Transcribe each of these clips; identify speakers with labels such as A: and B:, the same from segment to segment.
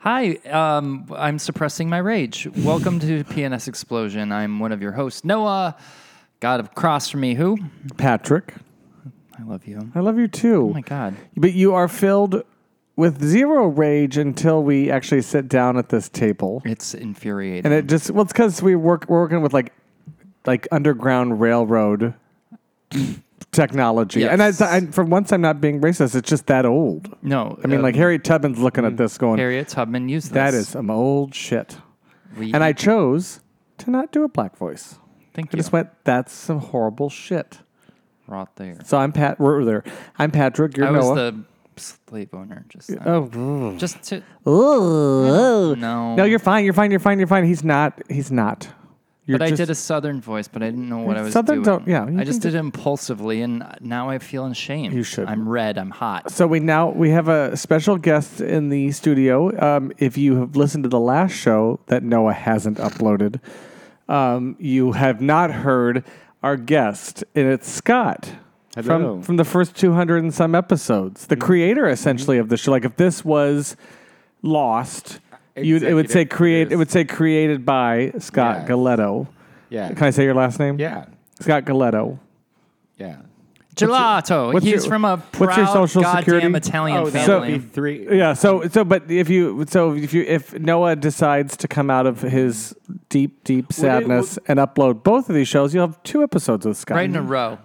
A: Hi, um, I'm suppressing my rage. Welcome to PNS Explosion. I'm one of your hosts, Noah. God of cross from me, who?
B: Patrick,
A: I love you.
B: I love you too.
A: Oh my God.
B: But you are filled with zero rage until we actually sit down at this table.
A: It's infuriating.
B: And it just well, it's because we work we're working with like like underground railroad technology. And
A: Yes.
B: I, I, for once, I'm not being racist. It's just that old.
A: no, uh,
B: I mean, like Harriet Tubman's looking at this, going,
A: Harriet Mm-hmm. Tubman used this.
B: "That is some old shit."
A: We,
B: And I chose to not do a black voice.
A: think
B: I
A: you
B: just went, "That's some horrible shit."
A: right there.
B: So I'm Pat. We're there. I'm Patrick. You're
A: I was
B: Noah.
A: the slave owner just now.
B: oh.
A: just to
B: Ooh.
A: no.
B: No, you're fine. You're fine. You're fine. You're fine. He's not. He's not. You're
A: But I did a southern voice, but I didn't know what I was
B: Southern
A: doing.
B: don't- yeah, you
A: I just
B: can
A: did it impulsively, and now I feel ashamed.
B: You shouldn't.
A: I'm red. I'm hot.
B: So we now we have a special guest in the studio. Um, if you have listened to the last show that Noah hasn't uploaded, um, you have not heard our guest, and it's Scott.
C: Hello. Mm-hmm.
B: From, from the first 200 and some episodes, the creator essentially of the show. Like if this was lost, you it would say
C: Executive
B: create. It
C: produce.
B: would say created by Scott
C: Yes.
B: Galletto.
C: Yeah.
B: Can I say your last name?
C: yeah.
B: Scott Galletto.
C: Yeah.
A: Gelato.
B: what's
A: He's
B: your-
A: from a proud
B: what's your social
A: goddamn
B: security?
A: Italian
C: Oh, that would
A: family.
C: be three.
B: Yeah. So so, but if you so if you if Noah decides to come out of his deep deep sadness and upload both of these shows, you'll have two episodes with Scott.
A: right in a
B: Uh,
A: row.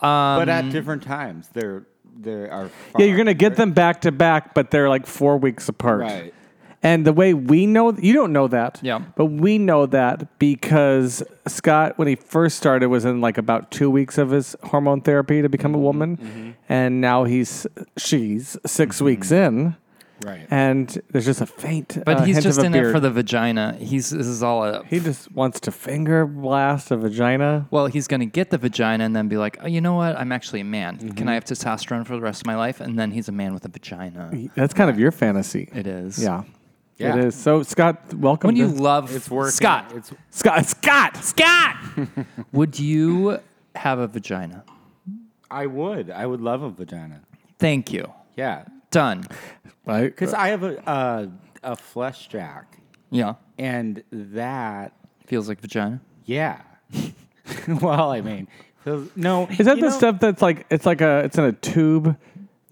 C: but at different times. There, there are.
B: yeah, you're gonna get them back to back, but they're like four weeks apart.
C: Right.
B: And the way we know you don't know that.
A: Yeah.
B: But we know that because Scott, when he first started, was in like about two weeks of his hormone therapy to
A: Mm-hmm.
B: become a woman, and now he's she's 6
A: Mm-hmm.
B: weeks in.
C: Right.
B: And there's just a faint,
A: But
B: uh,
A: he's
B: hint
A: just
B: of a
A: in
B: beard.
A: it for the vagina. He's this is all a
B: He just wants to finger blast a vagina.
A: well, he's gonna get the vagina and then be like, oh, you know what? I'm actually a man.
B: Mm-hmm.
A: Can I have testosterone for the rest of my life? And then he's a man with a vagina.
B: That's kind of your fantasy.
A: It is.
B: Yeah.
C: Yeah.
B: It is. So Scott, welcome.
A: Would you
B: to-
A: love
C: It's working.
A: Scott?
C: It's
B: Scott Scott Scott.
A: Would you have a vagina?
C: I would. I would love a vagina.
A: Thank you.
C: Yeah.
A: Done.
B: Right.
C: Because I have a uh, a flesh jack,
A: Yeah.
C: and that.
A: Feels like vagina.
C: Yeah. well, I mean, feels- no.
B: Is that the stuff that's like it's like a it's in a tube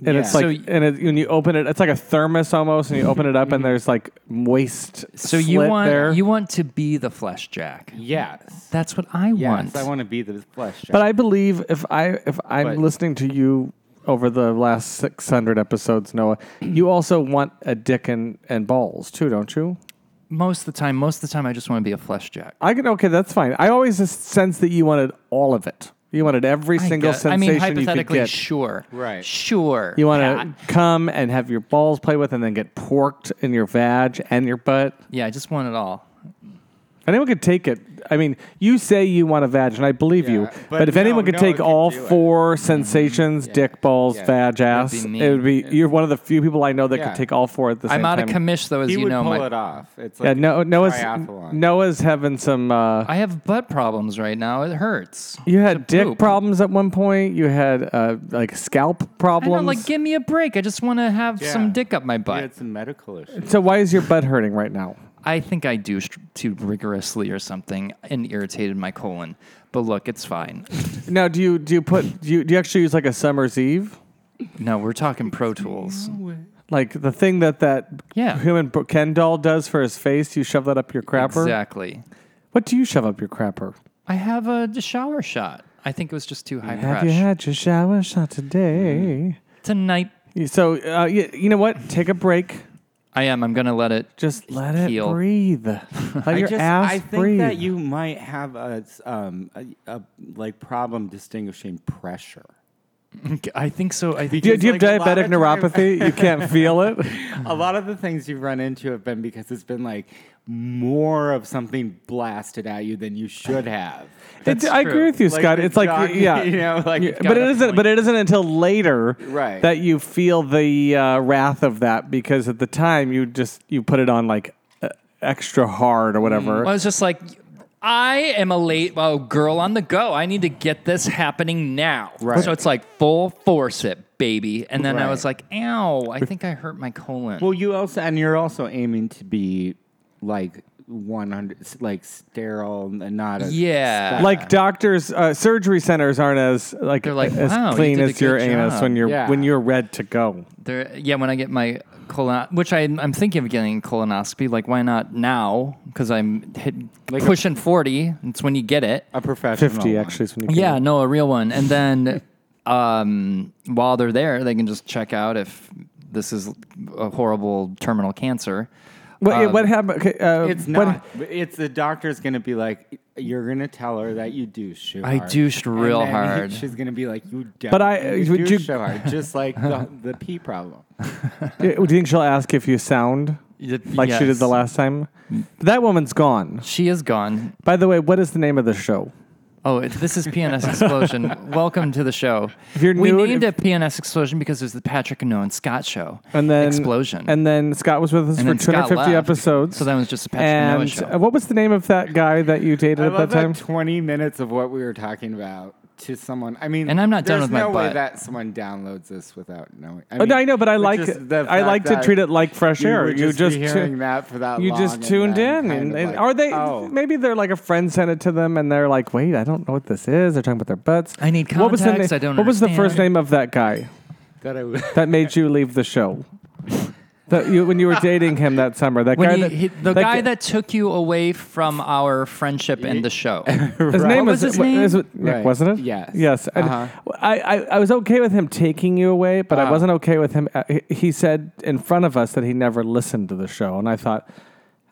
B: and it's
C: Yeah.
B: like
A: So y-
B: and it, when you open it it's like a thermos almost and you open it
C: Mm-hmm.
B: up and there's like moist
A: So you
B: slit
A: want
B: there.
A: you want to be the flesh jack.
C: Yes.
A: That's what I
C: Yes.
A: want.
C: I want to be the flesh jack.
B: But I believe if I if I'm
C: But-
B: listening to you over the last 600 episodes Noah, you also want a dick and, and balls too, don't you?
A: most of the time, most of the time, I just want to be a flesh jack.
B: I can okay, that's fine. I always just sense that you wanted all of it. You wanted every
A: I
B: single
A: guess- I
B: sensation
A: mean,
B: you could
A: hypothetically,
B: get.
A: sure.
C: Right.
A: Sure.
B: you
A: Pat.
B: want to come and have your balls play with, and then get porked in your vag and your butt.
A: Yeah, I just want it all.
B: Anyone could take it. I mean, you say you want a vag, and I believe you.
C: Yeah,
B: But,
C: but
B: if anyone
C: no,
B: could
C: no
B: take
C: one can
B: all
C: do it. Mm-hmm.
B: four sensations, dick balls,
C: Yeah.
B: vag ass,
A: be me.
B: it would be. You're one of the few people I know that
C: Yeah.
B: could take all four at the same
A: I'm out
B: time.
A: of commish though, as
C: he
A: you
C: would
A: know.
C: pull
A: My,
C: it off. It's like
B: Yeah, no,
C: a
B: Noah's
C: triathlon.
B: Noah's having some. Uh,
A: I have butt problems right now. It hurts.
B: you had dick
A: poop.
B: problems at one point. You had uh, like scalp
A: I
B: problems.
A: know, like, give me a break. I just want to have
C: Yeah.
A: some dick up my
C: Yeah,
A: butt.
C: it's a medical issue.
B: so why is your butt hurting right now?
A: I think I do str- too rigorously or something and irritated my colon. But look, it's fine.
B: Now, do you do you put do you do you actually use like a summer's eve,
A: No, we're talking Pro Tools.
B: like the thing that that
A: Yeah.
B: human bro- Ken doll does for his face? You shove that up your crapper.
A: Exactly.
B: What do you shove up your crapper?
A: I have a d- shower shot. I think it was just too high
B: Have
A: pressure.
B: you had your shower shot today?
A: Tonight,
C: Mm.
B: You- So uh, you, you know what? Take a break.
A: I am. I'm going to let it.
B: Just let it
A: Heal.
B: breathe. Let your
C: I just,
B: ass
C: I think
B: breathe.
C: that you might have a, um, a, a like problem distinguishing pressure.
A: I think so. I think
B: do, you- do you
C: like,
B: have
C: a lot
B: diabetic
C: of times-
B: neuropathy? you can't feel it.
C: A lot of the things you've run into have been because it's been like more of something blasted at you than you should have.
B: It- I agree
A: true.
B: with you,
C: Like
B: Scott.
C: the
B: It's like
C: jockey,
B: yeah,
C: you know, like-
B: Yeah,
C: Got
B: but it
A: a
B: isn't.
A: point.
B: But it isn't until later
C: Right.
B: that you feel the uh, wrath of that because at the time you just you put it on like uh, e, extra hard or whatever.
A: Well, I was just like, I am a late oh, girl on the go. I need to get this happening now.
C: Right.
A: So it's like full force it, baby. And then I
C: Right.
A: was like, ow, I think I hurt my colon.
C: Well, you also and you're also aiming to be like 100, s- like sterile and not a
A: Yeah.
C: spe-
B: like doctors, uh, surgery centers aren't as like,
A: They're like,
B: as
A: "Wow, you
B: clean
A: did a
B: as your
A: good
B: anus
A: job."
B: when you're
C: Yeah.
B: when you're red to go.
A: there, yeah, when I get my colon, which I, I'm thinking of getting colonoscopy, like why not now? Because I'm hit,
C: Like a-
A: pushing 40. It's when you get it.
C: a professional.
A: Oh
B: Fifty
C: one.
B: actually is when you
A: Yeah, no, a real one. And then um, while they're there, they can just check out if this is a horrible terminal cancer.
B: What,
A: Um,
B: what happened? Okay, uh,
C: It's
B: what-
C: not. but it's the doctor's going to be like, you're going to tell her that you douche.
A: I douched real hard.
C: She's going to be like, you don't.
B: But I-
C: you
B: would
C: douche
B: you-
C: so hard, just like the, the pee problem.
B: Yeah, Do you think she'll ask if you sound like she did the last time?
A: Mm.
B: That woman's gone.
A: She is gone.
B: By the way, what is the name of the show?
A: Oh, it- this is PNS Explosion. Welcome to the show.
B: If you're
A: we
B: new-
A: named
B: if-
A: it PNS Explosion because it was the Patrick Noah and Scott show.
B: And then
A: Explosion.
B: And then Scott was with us
A: And
B: for
A: then Scott
B: 250
A: left.
B: episodes.
A: so that was just a Patrick Noah
B: and
A: show.
B: uh, what was the name of that guy that you dated
C: I
B: at
C: love
B: that time?
C: 20 minutes of what we were talking about to someone. I mean,
A: And I'm not done
C: there's
A: with my
C: no way
A: butt.
C: that someone downloads this without knowing. I,
B: Oh, no,
C: mean,
B: I know, but I like
C: just the
B: I
C: fact
B: like to
C: that
B: treat it like fresh
C: you
B: air.
C: would
B: You
C: just
B: just
C: be
B: tu-
C: hearing that for that
B: you
C: long
B: just
C: and
B: tuned
C: then
B: in,
C: kind
B: and,
C: of
B: and
C: like,
B: are they?
C: oh.
B: Maybe they're like a friend sent it to them, and they're like, "Wait, I don't know what this is." They're talking about their butts.
A: I need
B: What was the
A: contacts,
B: name-
A: I don't
B: What was the first
A: understand.
B: name of that guy
C: that I would-
B: that made you leave the show? that you, when you were dating him that summer, that
A: When
B: guy,
A: he-
B: that,
A: he- the
B: that
A: guy
B: g-
A: that took you away from our friendship and the show.
B: His name
A: What was his
B: what-
A: name?
B: is it Nick,
C: Right.
B: wasn't it?
C: Yes.
B: Yes. And
C: Uh-huh.
B: I, I, I was okay with him taking you away, but I
C: Uh-huh.
B: wasn't okay with him. uh, he- He said in front of us that he never listened to the show, and I thought,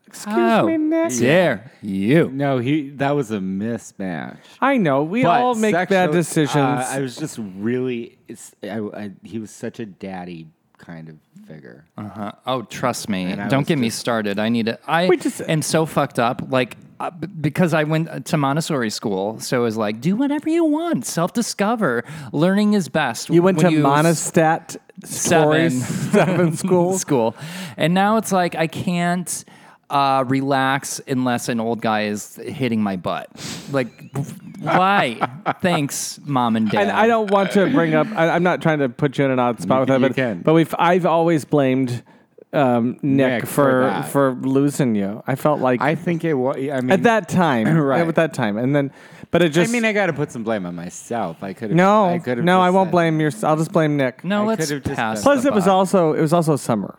B: excuse
A: Oh,
B: me, Nick.
A: Dare you?
C: No, he. That was a mismatch.
B: I know we
C: But
B: all make bad
C: sexual-
B: decisions.
C: uh, I was just really. It's, I, I, he was such a daddy kind of figure.
A: Uh, oh, trust me.
C: And I
A: Don't
C: was
A: get me started. I need it. I
B: We just-
A: am so fucked up. Like, uh, b- because I went to Montessori school. So it was like, do whatever you want, self discover. Learning is best.
B: you went
A: when
B: to monostat
A: Seven.
B: stories seven
A: s-
B: schools.
A: school. And now it's like, I can't uh, relax unless an old guy is hitting my butt. Like, why? Thanks, mom and dad.
B: And I don't want to bring up. I, I'm not trying to put you in an odd spot with that,
C: you
B: but,
C: can.
B: but we've. I've always blamed um, Nick,
C: Nick for
B: for
C: that.
B: for, losing you. I felt like
C: I think it was. I mean,
B: at that time,
C: Right.
B: At that time, and then, but it
C: I
B: just.
C: mean, I got to put some blame on myself. I could.
B: no,
C: I could've
B: no,
C: just
B: I won't
C: said,
B: blame your. I'll just blame Nick.
A: No,
C: I
A: let's
C: could've just
A: pass.
C: done-
B: Plus,
A: the
B: it was
A: buck.
B: also it was also summer,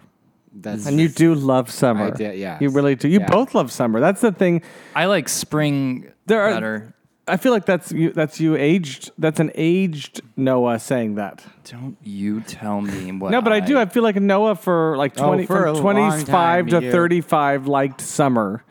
C: That's
B: and you do love summer.
C: did, yes.
B: You really do. You
C: Yeah.
B: both love summer. That's the thing.
A: I like spring
B: There are.
A: better.
B: I feel like that's you. That's you aged. That's an aged Noah saying that.
A: Don't you tell me what.
B: No, but I, do. I feel like Noah for like
C: Oh,
B: twenty
C: for a
B: from
C: long time,
B: twenty five to
C: you-
B: thirty five liked summer,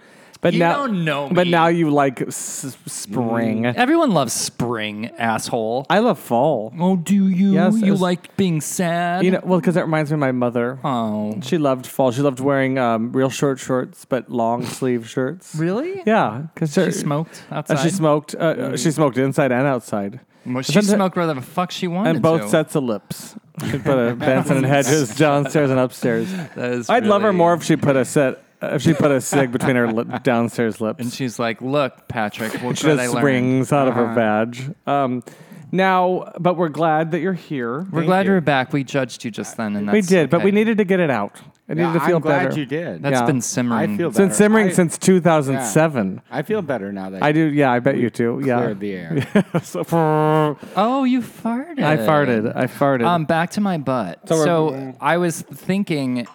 B: but
A: You
B: now
A: don't know
B: But
A: me.
B: now you like s- spring.
C: Mm.
A: Everyone loves spring, asshole.
B: I love fall.
A: oh, do you?
B: Yes,
A: you
B: as-
A: like being sad?
B: You know, well, because it reminds me of my mother.
A: Oh,
B: She loved fall. She loved wearing um, real short shorts, but long sleeve shirts.
A: really?
B: Yeah, because
A: She smoked outside.
B: Uh, she smoked. Uh, uh,
C: Mm.
B: she smoked inside and outside,
A: Well, she
B: Sometimes-
A: smoked whatever the fuck she wanted
B: and both
A: to.
B: sets of lips. She put a Benson and Hedges downstairs and upstairs.
A: That is
B: I'd love her
A: really-
B: more if she put a set. Uh, if she put a cig between her li- downstairs lips.
A: And she's like, "Look, Patrick, what
B: She
A: should I
B: just
A: learn?"
B: springs out of her badge. Um, now, but we're glad that you're here.
A: We're glad
C: you.
A: you. are back. We judged you just then, and that's
B: we did, but
A: okay.
B: we needed to get it out. I needed
C: Yeah,
B: to feel
C: I'm glad
B: better.
C: you did.
A: That's
B: yeah.
A: been simmering.
C: I feel better.
B: It's been simmering
C: I-
B: since 2007.
C: I feel better now that
B: I do. Yeah, I bet you do.
C: you
B: Yeah.
C: cleared the air.
B: So- I
A: Oh, you farted.
B: farted. I farted.
A: Um, back to my butt.
B: So
A: So,
B: we're-
A: I was thinking,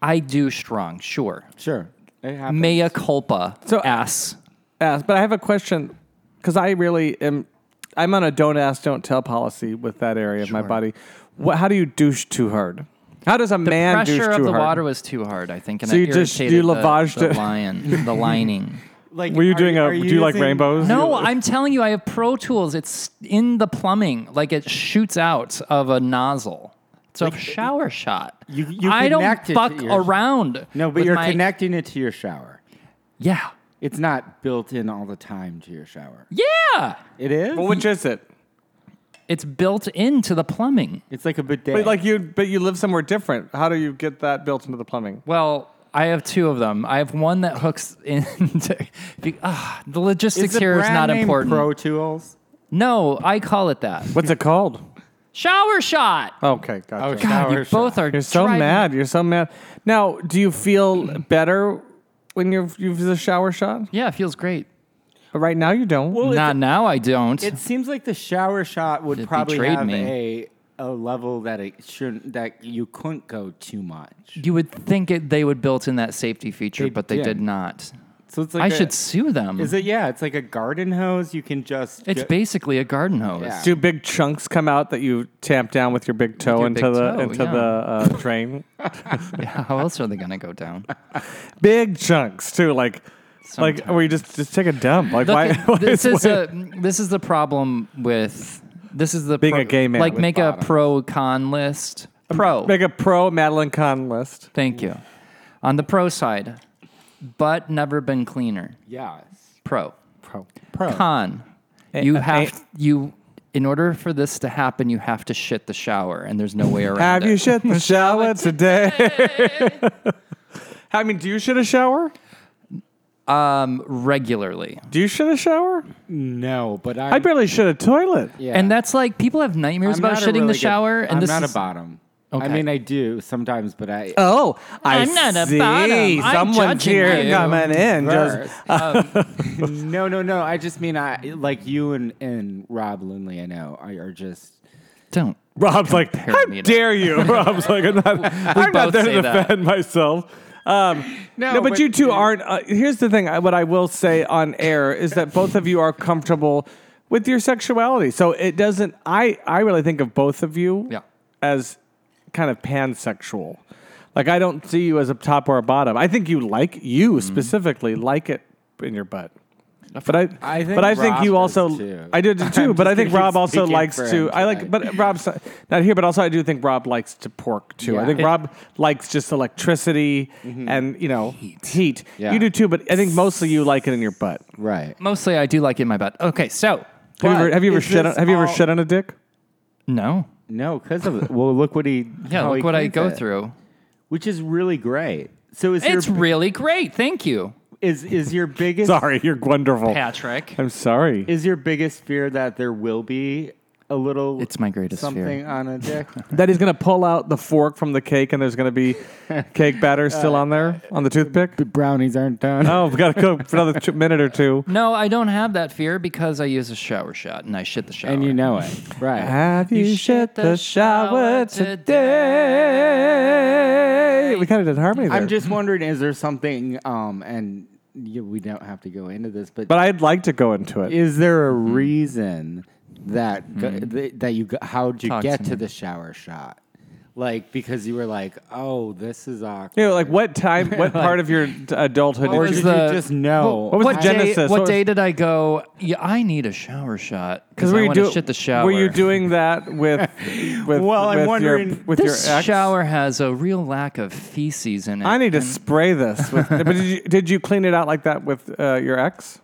A: I do strong, sure.
C: Sure. It happened.
A: Mea culpa.
B: So-
A: ass.
B: ask, Uh, but I have a question because I really am. I'm on a don't ask, don't tell policy with that area of my body. What, how do you douche too hard? How does a man douche
A: Pressure
B: too
A: of the
B: hard?
A: water was too hard, I think, and
B: So
A: I
B: you just-
A: irritated
B: you
A: the-
B: lavaged
A: the,
B: it.
A: lion, the lining.
C: Like,
B: Were you
C: are
B: doing a?
C: are
B: do you like
C: using-
B: rainbows?
A: No, I'm telling you, I have Pro Tools. It's in the plumbing, like it shoots out of a nozzle. It's a shower shot.
C: You- you
A: I don't
C: connect it to
A: fuck
C: your-
A: around.
C: No, but
A: with
C: you're
A: my-
C: connecting it to your shower.
A: Yeah,
C: It's not built in all the time to your shower.
A: yeah.
C: It is.
B: Well, which is it?
A: It's built into the plumbing.
C: it's like a bidet.
B: But like you, but you live somewhere different. How do you get that built into the plumbing?
A: Well, I have two of them. I have one that hooks into. Ah, the logistics
C: the
A: here is
C: brand
A: not
C: name
A: important.
C: Pro Tools.
A: no, I call it that.
B: What's it called?
A: Shower shot.
B: Okay, gotcha.
C: Oh,
A: God,
C: Shower
A: you
C: shot.
A: both are.
B: You're so
A: driving-
B: mad. You're so mad. Now, do you feel better when you're you've the shower shot?
A: Yeah, it feels great.
B: Right now, you don't.
C: Well,
A: Not now. I don't.
C: It seems like the shower shot would
A: It
C: probably
A: betrayed
C: have
A: me.
C: a a level that it shouldn't that you couldn't go too much.
A: you would think it, they would built in that safety feature,
C: They
A: but they
C: did.
A: did not.
C: So it's like
A: I
C: a-
A: should sue them.
C: Is it yeah? It's like a garden hose. You can just
A: It's
C: go-
A: basically a garden hose.
C: Yeah.
B: do big chunks come out that you tamp down with your big toe
A: your
B: into
A: big
B: the
A: toe,
B: into
A: yeah.
B: the uh, drain?
A: How else are they gonna go down?
B: big chunks too, like like
A: Sometimes.
B: where you just just take a dump. Like
A: Look,
B: why?
A: it-
B: why
A: this is
B: why-
A: a this is the problem with this is the
B: Being a gay man
A: Like
B: with
A: make a pro con list. Pro.
B: Make a pro Madeline Kahn list.
A: Thank you. On the pro side, but never been cleaner.
C: yes.
A: Pro.
B: Pro. Pro.
A: Con. You
B: eh,
A: have you in order for this to happen, you have to shit the shower, and there's no way around
B: Have
A: it.
B: you shit in the shower today? I mean, do you shit a shower?
A: um, regularly.
B: Do you shit a shower?
C: No, but I'm,
B: I barely shit a toilet.
C: yeah.
A: And that's like people have nightmares
C: I'm
A: about
C: not a
A: shitting
C: really
A: the
C: good-
A: shower, and
C: I'm
A: this
C: not
A: is
C: a bottom. I
A: Okay.
C: mean, I do sometimes, but I
B: Oh, I
A: I'm not a
B: see.
A: bottom. I'm
B: Someone's
A: judging
B: here
A: you.
B: coming in. Just
C: um,
A: Um.
C: no, no, no. I just mean I like you and and Rob Lindley. I know I are just
A: don't.
B: Rob's like, how
A: me to-
B: dare you? Rob's like, I'm not, I'm not
A: both
B: there to
A: say that.
B: defend myself. Um, no,
C: No,
B: but,
C: but-
B: you two aren't. Uh, here's the thing. I- What I will say on air is that both of you are comfortable with your sexuality. So it doesn't. I I really think of both of you
A: Yeah.
B: as kind of pansexual. Like I don't see you as a top or a bottom. I think you like you specifically like it in your butt. But I,
C: I think
B: but I
C: Rob
B: think you
C: does
B: also,
C: too.
B: I did too. but I
C: just
B: think
C: gonna
B: Rob
C: keep
B: also
C: speaking
B: likes
C: for
B: to.
C: him
B: I like,
C: tonight.
B: but Rob's not here. But also, I do think Rob likes to pork too. I
C: Yeah.
B: think
C: It-
B: Rob likes just electricity and you know heat.
C: Yeah.
B: You do too, but I think mostly you like it in your butt.
C: right.
A: Mostly, I do like it in my butt. Okay, so
B: Have you
C: But
B: ever, have you ever
C: is
B: shit? On,
C: this
B: have you ever
C: all-
B: shit on a dick?
A: no,
C: No, because of well, look what he
A: yeah,
C: how he
A: look what I
C: cleans
A: go
C: it,
A: through.
C: which is really great. So is
A: It's
C: your
A: really great. Thank you,
C: is is your biggest
B: Sorry, you're wonderful.
A: Patrick.
B: I'm sorry.
C: is your biggest fear that there will be a little?
A: It's my greatest fear.
C: something on a dick.
B: that he's gonna pull out the fork from the cake and there's gonna be cake batter
C: Uh,
B: still on there on the toothpick.
C: Brownies aren't done.
B: Oh, we've got to cook for another two, minute or two.
A: No, I don't have that fear because I use a shower shot and I shit the shower.
C: and you know it, right?
B: Have you, shit the shower today? We kind of did harmony there.
C: I'm just wondering, is there something? Um, and you, we don't have to go into this, but,
B: but I'd like to go into it.
C: is there a reason that go- th- that you go- how'd you
A: Talk
C: get
A: to
C: Mm-hmm. to, the shower shot? Like because you were like, oh, this is awkward.
B: You know, like what time, what part of your d- adulthood?
C: Or
B: did
C: did
B: you-
A: is the-
C: you just know?
B: What was
A: What
B: the
A: day,
B: genesis?
A: what
B: What
A: day
B: was-
A: did I go? Yeah, I need a shower shot because
B: were
A: I
B: you
A: want to
B: do-
A: shit the shower.
B: Were you doing that with with
C: Well, I'm
B: with your,
C: wondering-
B: with
A: this
B: your ex?
A: shower has a real lack of feces in it.
B: I need to spray this. With, but did you, did you clean it out like that with uh, your ex?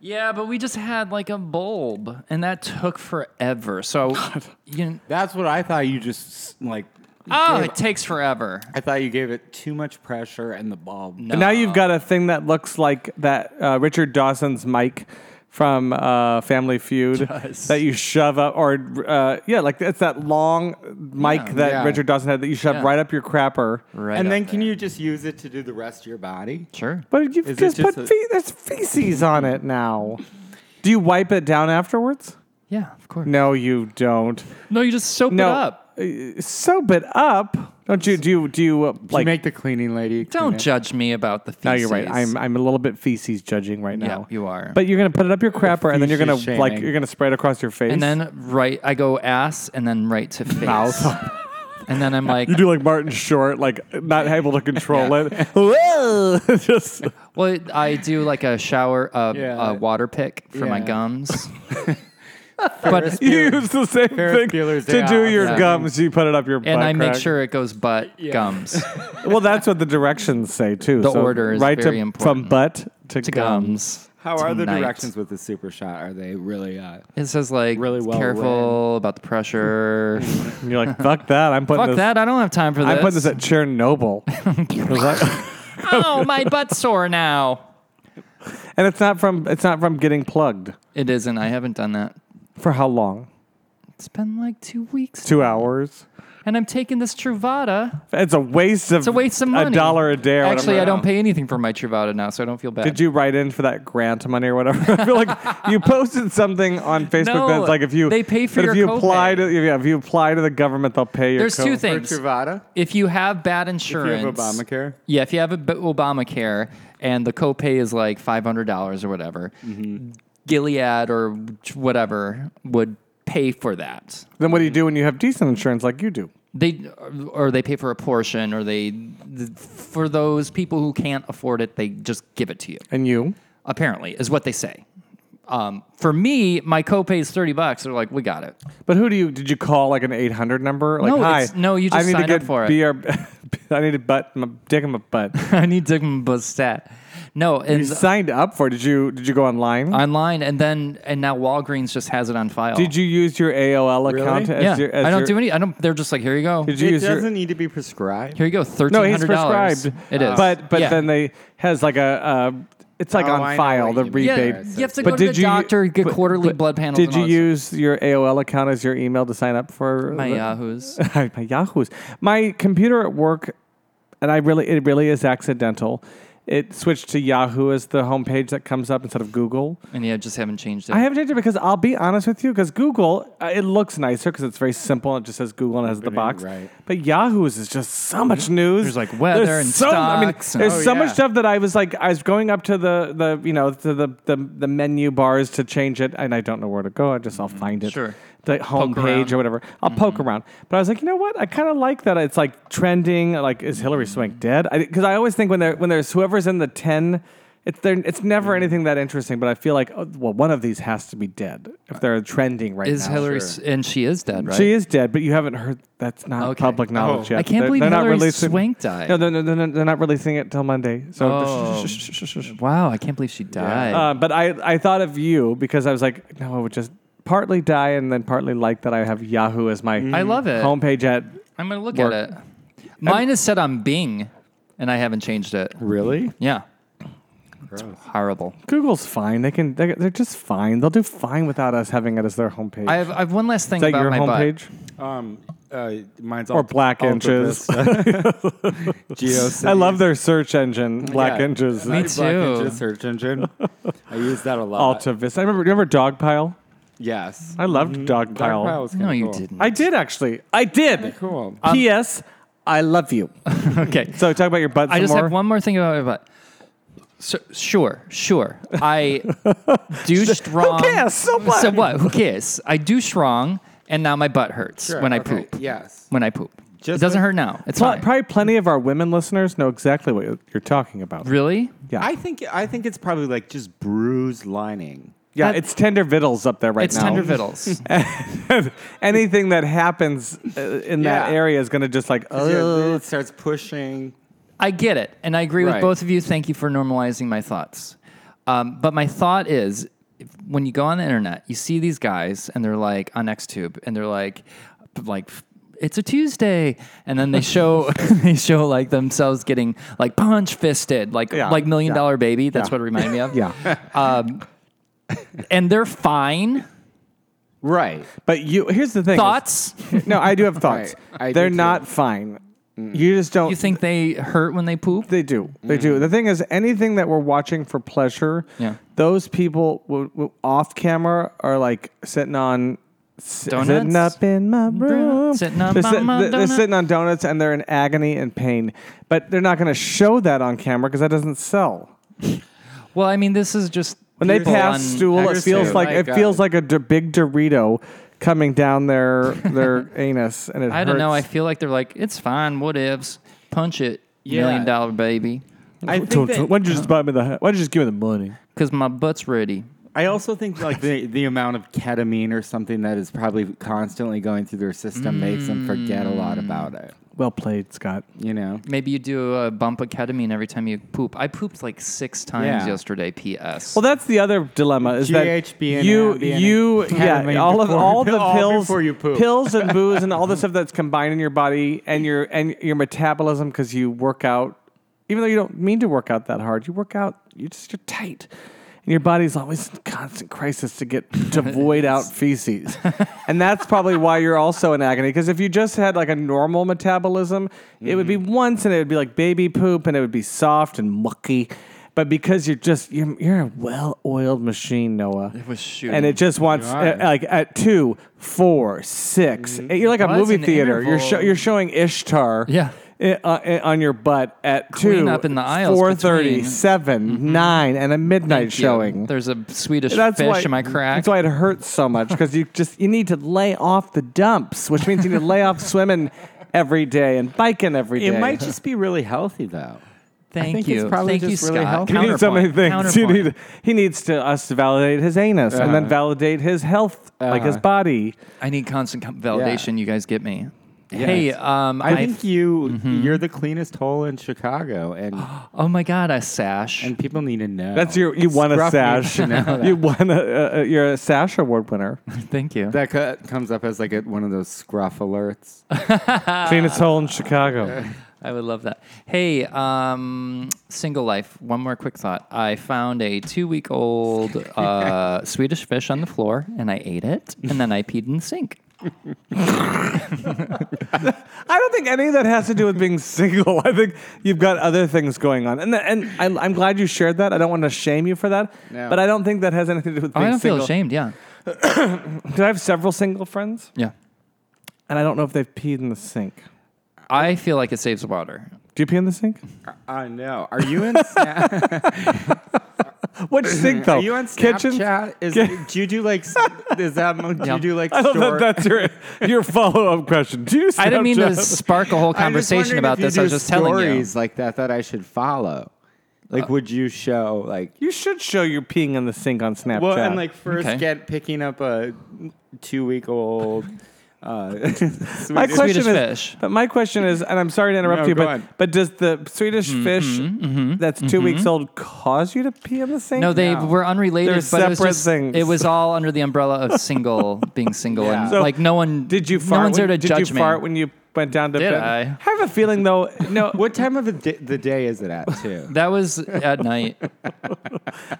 A: yeah, but we just had like a bulb, and that took forever. So, you,
C: That's what I thought. You just like.
A: oh,
C: gave-
A: it takes forever.
C: I thought you gave it too much pressure and the bulb.
A: No.
B: Now you've got a thing that looks like that uh, Richard Dawson's mic from uh, Family Feud
A: Does.
B: that you shove up, or uh, yeah, like it's that long mic
A: Yeah.
B: that
C: Yeah.
B: Richard Dawson had that you shove
A: Yeah.
B: right up your crapper.
A: Right.
C: And
A: up
C: then can
A: there.
C: you just use it to do the rest of your body?
A: Sure.
B: But you
C: Is it
B: just put
C: just a-
B: fe- there's feces on it now. Do you wipe it down afterwards?
A: Yeah, of course.
B: No, you don't.
A: No, you just soap
B: No,
A: it up.
B: Uh, soap it up. Don't you? Do you? Do you uh,
C: Like,
B: like?
C: you make the cleaning lady. clean
A: Don't
C: it?
A: judge me about the feces.
B: no, you're right. I'm I'm a little bit feces judging right
A: Yeah,
B: now.
A: you are.
B: But you're gonna put it up your crapper, and then you're gonna
C: feces
B: like
C: shaming.
B: you're gonna spray it across your face.
A: and then right, I go ass, and then right to face. And then I'm like,
B: You do like Martin Short, like not able to control it. Whoa! Just
A: well, I do like a shower, uh,
C: Yeah.
A: a water pick for my
C: Yeah.
A: gums.
C: Ferris
B: you
C: Bueller.
B: use the same
C: Ferris
B: thing
C: Bueller's Day
B: to do
C: Off.
B: your
A: Yeah.
B: gums. You put it up your butt
A: And I make
B: crack.
A: sure it goes butt gums
B: Well, that's what the directions say too.
A: The order is
B: right to,
A: very
B: From
A: important.
B: butt to,
A: to
B: gum.
A: gums.
C: How are the
A: tonight.
C: directions with the super shot? Are they really? Uh,
A: It says like,
C: Really well
A: careful about the pressure.
B: And you're like, fuck that. I'm putting
A: Fuck
B: this.
A: that! I don't have time for this.
B: I'm putting this at Chernobyl. It was like-
A: Ow, my butt's sore now.
B: And it's not from it's not from getting plugged.
A: It isn't. I haven't done that.
B: For how long?
A: It's been like two weeks,
B: Two hours.
A: and I'm taking this Truvada.
B: It's a waste of
A: It's a waste of money.
B: A dollar a day. Or
A: Actually,
B: whatever.
A: I don't pay anything for my Truvada now, so I don't feel bad.
B: Did you write in for that grant money or whatever? I feel like you posted something on Facebook
A: No,
B: that's like if you
A: they pay for
B: that
A: your
B: if you
A: copay.
B: apply to yeah, if you apply to the government they'll pay your.
A: There's
B: co-
A: two
C: For
A: things.
C: Truvada,
A: If you have bad
C: if you
A: insurance,
C: have Obamacare.
A: Yeah, if you have a b- Obamacare and the copay is like five hundred dollars or whatever,
B: Mm-hmm.
A: Gilead or whatever would pay for that.
B: Then what do you do when you have decent insurance like you do?
A: They or they pay for a portion, or they th- for those people who can't afford it, they just give it to you.
B: And you?
A: Apparently, is what they say. Um, for me, my copay is thirty bucks. They're like, we got it.
B: But who do you did you call like an eight hundred number? Like
A: No,
B: hi,
A: it's- no, you
B: I
A: just
B: need
A: sign
B: to
A: up
B: get
A: for it.
B: BR, I need to butt my dick in my butt.
A: I need to give them a stat. No, and
B: You signed up for? it. Did you did you go
A: Uh,
B: online?
A: online, and then and now Walgreens just has it on file.
B: did you use your AOL
C: Really?
B: account? As
A: Yeah,
B: your, as
A: I don't
B: your,
A: do any. I don't. They're just like, here you go.
B: Did you
C: It
B: use your
C: doesn't need to be prescribed.
A: Here you go, thirteen
B: No, he's
A: hundred dollars.
B: prescribed. Uh,
A: It is,
B: But but
A: Yeah.
B: then they has like a uh, it's like
C: Oh,
B: on
C: I know
B: file
C: what
B: the
C: you mean.
A: yeah,
B: rebate.
C: babe.
A: you have to
B: But
A: go to
B: did
A: the
B: you-
A: doctor, get
B: but-
A: quarterly
B: but
A: blood panels.
B: Did
A: and
B: you
A: all that
B: use your AOL account as your email to sign up for
A: stuff. my uh,
B: the-
A: Yahoo's?
B: my Yahoo's. My computer at work, and I really it really is accidental. It switched to Yahoo as the homepage that comes up instead of Google.
A: and yeah, just haven't changed it.
B: I haven't changed it because I'll be honest with you, because Google uh, it looks nicer because it's very simple and it just says Google and has the
C: Opening,
B: box.
C: right.
B: But Yahoo's is just so much news.
A: There's, like, weather
B: There's
A: and
B: so, I mean,
A: stocks and-
B: there's
C: Oh,
B: so much
C: yeah.
B: stuff that I was like, I was going up to the the you know to the the, the menu bars to change it, and I don't know where to go. I just I'll find it.
A: Mm-hmm. Sure.
B: The home page
A: around. Mm-hmm.
B: or whatever. I'll poke around. But I was like, you know what? I kind of like that. It's like trending. Like, is Hillary
A: Mm-hmm.
B: Swank dead? Because I, always think when there when there's whoever's in the ten. It's, there, it's never
A: Mm-hmm.
B: anything that interesting, but I feel like, oh, well, one of these has to be dead if they're trending right
A: is
B: now.
A: Hillary S- and she is dead, right?
B: She is dead, but you haven't heard. That's not
A: Okay.
B: public knowledge
C: Oh.
B: yet.
A: I can't
B: They're-
A: believe
B: they're not
A: Hillary
B: releasing-
A: Swank died.
B: No, they're, they're, they're not releasing it till Monday. So,
A: Oh. wow, I can't believe she died.
B: uh, but I, I thought of you because I was like, no, I would just partly die and then partly like that I have Yahoo as my
A: I love it.
B: homepage at.
A: I'm gonna look
B: work.
A: at it. Mine is set on Bing, and I haven't changed it.
C: Really?
A: Yeah, it's horrible.
B: Google's fine. They can. They, they're just fine. They'll do fine without us having it as their homepage.
A: I have, I have one last thing
B: Is that
A: about
B: your
A: my
B: homepage
C: Um, uh, mine's
B: or
C: all
B: Black
C: all
B: Inches?
C: GeoCities.
B: I love their search engine, Black
C: Yeah.
B: Inches,
C: I
A: Me
C: like Black
A: too.
C: Inches search engine. I use that a lot.
B: Alta Vista. I remember. Remember Dogpile?
C: Yes.
B: I loved Dogpile.
C: Dogpile Mm-hmm. was
A: butt. No,
C: kinda
A: you
C: cool.
A: didn't.
B: I did actually. I did.
C: Cool.
A: Um,
B: P.S. I love you.
A: okay,
B: So talk about your butt.
A: I
B: some
A: just
B: more.
A: have one more thing about my butt. So, sure, sure. I douched wrong.
B: cares? So what?
A: So what? Who cares? I douched wrong, and now my butt hurts
C: Sure,
A: when I
C: okay,
A: poop.
C: Yes.
A: When I poop,
C: Just
A: it doesn't
C: like-
A: hurt now. It's
B: Pl-
A: fine.
B: probably plenty of our women listeners know exactly what you're talking about.
A: really?
B: Yeah,
C: I think I think it's probably like just bruise lining.
B: yeah.
A: that-
B: it's tender vittles up there right
A: It's
B: now.
A: tender vittles.
B: Anything that happens uh, in that
C: Yeah.
B: area is going to just like
C: Yeah,
B: oh.
C: it starts pushing.
A: I get it, and I agree with
C: Right.
A: both of you. Thank you for normalizing my thoughts. Um, but my thought is, if, when you go on the internet, you see these guys, and they're like on XTube, and they're like, like it's a Tuesday, and then they show they show like themselves getting like punch fisted, like
B: Yeah,
A: like million
B: yeah,
A: dollar baby. That's
B: yeah.
A: what it reminded me of.
B: Yeah,
A: and they're fine.
C: Right.
B: but you. Here's the thing. is-
A: Thoughts?
B: No, I do have thoughts.
C: I do
B: They're
C: too.
B: not fine. You just don't.
A: You think they hurt when they poop?
B: They do. They do. The thing is, anything that we're watching for pleasure,
A: Mm. Yeah.
B: those people w- w- off camera are like sitting on. s-
A: Donuts?
B: Sitting up in my room.
A: Sitting on
B: they're,
A: my-
B: sit-
A: my
B: they're- they're
A: donut.
B: sitting on donuts and they're in agony and pain. But they're not going to show that on camera because that doesn't sell.
A: Well, I mean, this is just
B: When they
A: people
B: pass
A: on
B: stool, it
A: X2.
B: feels like
C: My
B: it
C: God.
B: feels like a d- big Dorito coming down their their anus, and it
A: I don't know. I
B: hurts.
A: feel like they're like, it's fine. What ifs? Punch it,
C: Yeah.
A: million dollar baby,
B: Don't-
C: I think
B: don't-
C: that,
B: why don't you just
A: Uh-huh.
B: buy me the? Why don't you just give me the money?
A: because my butt's ready.
C: I also think like the, the amount of ketamine or something that is probably constantly going through their system makes them forget a lot about it.
B: Well played, Scott.
C: You know.
A: Maybe you do a bump of ketamine every time you poop. I pooped like six times
C: Yeah.
A: yesterday. P.S.
B: Well, that's the other dilemma is that
C: GHB and
B: you
C: Ambien and
B: you yeah
C: ketamine
B: all of
C: before-
B: all the
C: all
B: pills
C: before you poop.
B: pills and booze and all the stuff that's combined in your body and your and your metabolism because you work out even though you don't mean to work out that hard, you work out. You just you're tight, and your body's always in constant crisis to get to void out feces, and that's probably why you're also in agony. Because if you just had like a normal metabolism, it would be once, and it would be like baby poop, and it would be soft and mucky. But because you're just you're, you're a well-oiled machine, Noah.
A: It was shooting.
B: And it just wants uh, like at two, four, six. You're like a
A: Well, that's
B: movie
A: an
B: theater. You're
A: interval.
B: sho- you're showing Ishtar.
A: Yeah.
B: i- uh, i- on your butt at
A: Clean
B: two,
A: up in the aisles
B: four thirty,
A: between. Mm-hmm.
B: seven, nine, and a midnight
A: Thank you.
B: showing.
A: There's a Swedish fish in my crack.
B: That's why it hurts so much because you just you need to lay off the dumps, which means you need to lay off swimming every day and biking every day.
C: It might just be really healthy though.
A: Thank
C: think
A: you.
C: it's probably
A: Thank you,
C: just really
A: Scott.
C: healthy.
B: He needs so many
A: Counterpoint.
B: things. He,
A: Counterpoint.
B: need, he needs to us to validate his anus and then validate his health, like his
C: Uh-huh.
B: body.
A: I need constant com- validation. You guys get me. Hey, um, I,
C: I think you you're the cleanest hole in Chicago, and
A: oh my god, a sash.
C: and people need to know.
B: That's your. You won a
C: Scruff needs
B: sash.
C: to know that.
B: you won a. Uh, you're a sash award winner.
A: Thank you.
C: That co- comes up as like a, one of those scruff alerts. Ah.
B: Cleanest hole in Chicago.
A: I would love that. Hey, um, single life. One more quick thought. I found a two-week-old uh, Swedish fish on the floor, and I ate it, and then I peed in the sink.
B: I don't think any of that has to do with being single. I think you've got other things going on, and and I'm, I'm glad you shared that. I don't want to shame you for that,
C: No. Oh,
B: but I don't think that has anything to do with being
A: Oh, I don't
B: single.
A: feel ashamed. Yeah,
B: 'Cause I have several single friends,
A: yeah.
B: and I don't know if they've peed in the sink.
A: I feel like it saves water.
B: Do you pee in the sink?
C: I know. Are you in? Sna-
B: Which sink though?
C: are you on
B: Kitchen?
C: Snapchat? Is do you do like? s- Is that mo- do
A: Yeah.
C: you do like?
B: I love
C: store-
B: that. That's your your follow up question. Do you? Snapchat?
A: I didn't mean to spark a whole
C: I'm just
A: conversation
C: wondering
A: about
C: if you Uh,
A: this. I was
C: do
A: just telling you.
C: stories like that that I should follow. Like, would you show like?
B: You should show you peeing in the sink on Snapchat.
C: Well, and like first
A: Okay.
C: get picking up a two week old. Uh,
B: my
C: Swedish-
B: question
A: Swedish
B: is,
A: fish.
B: but my question is, and I'm sorry to interrupt
C: No,
B: you,
C: go
B: but
C: on.
B: but does the Swedish
A: Mm-hmm,
B: fish that's 2 weeks old cause you to pee in the sink?
A: No, they were unrelated.
B: They're
A: but it was
B: separate
A: just-
B: things.
A: It was all under the umbrella of single, being single,
C: Yeah.
A: and
B: So,
A: like no one.
B: Did you fart?
A: No one's
B: when,
A: there to
B: did
A: judge
B: you
A: me.
B: fart when you went down to
A: Did
B: bed?
A: I?
B: have a feeling though. No,
C: what time of the, d- the day is it at too?
A: that was at night.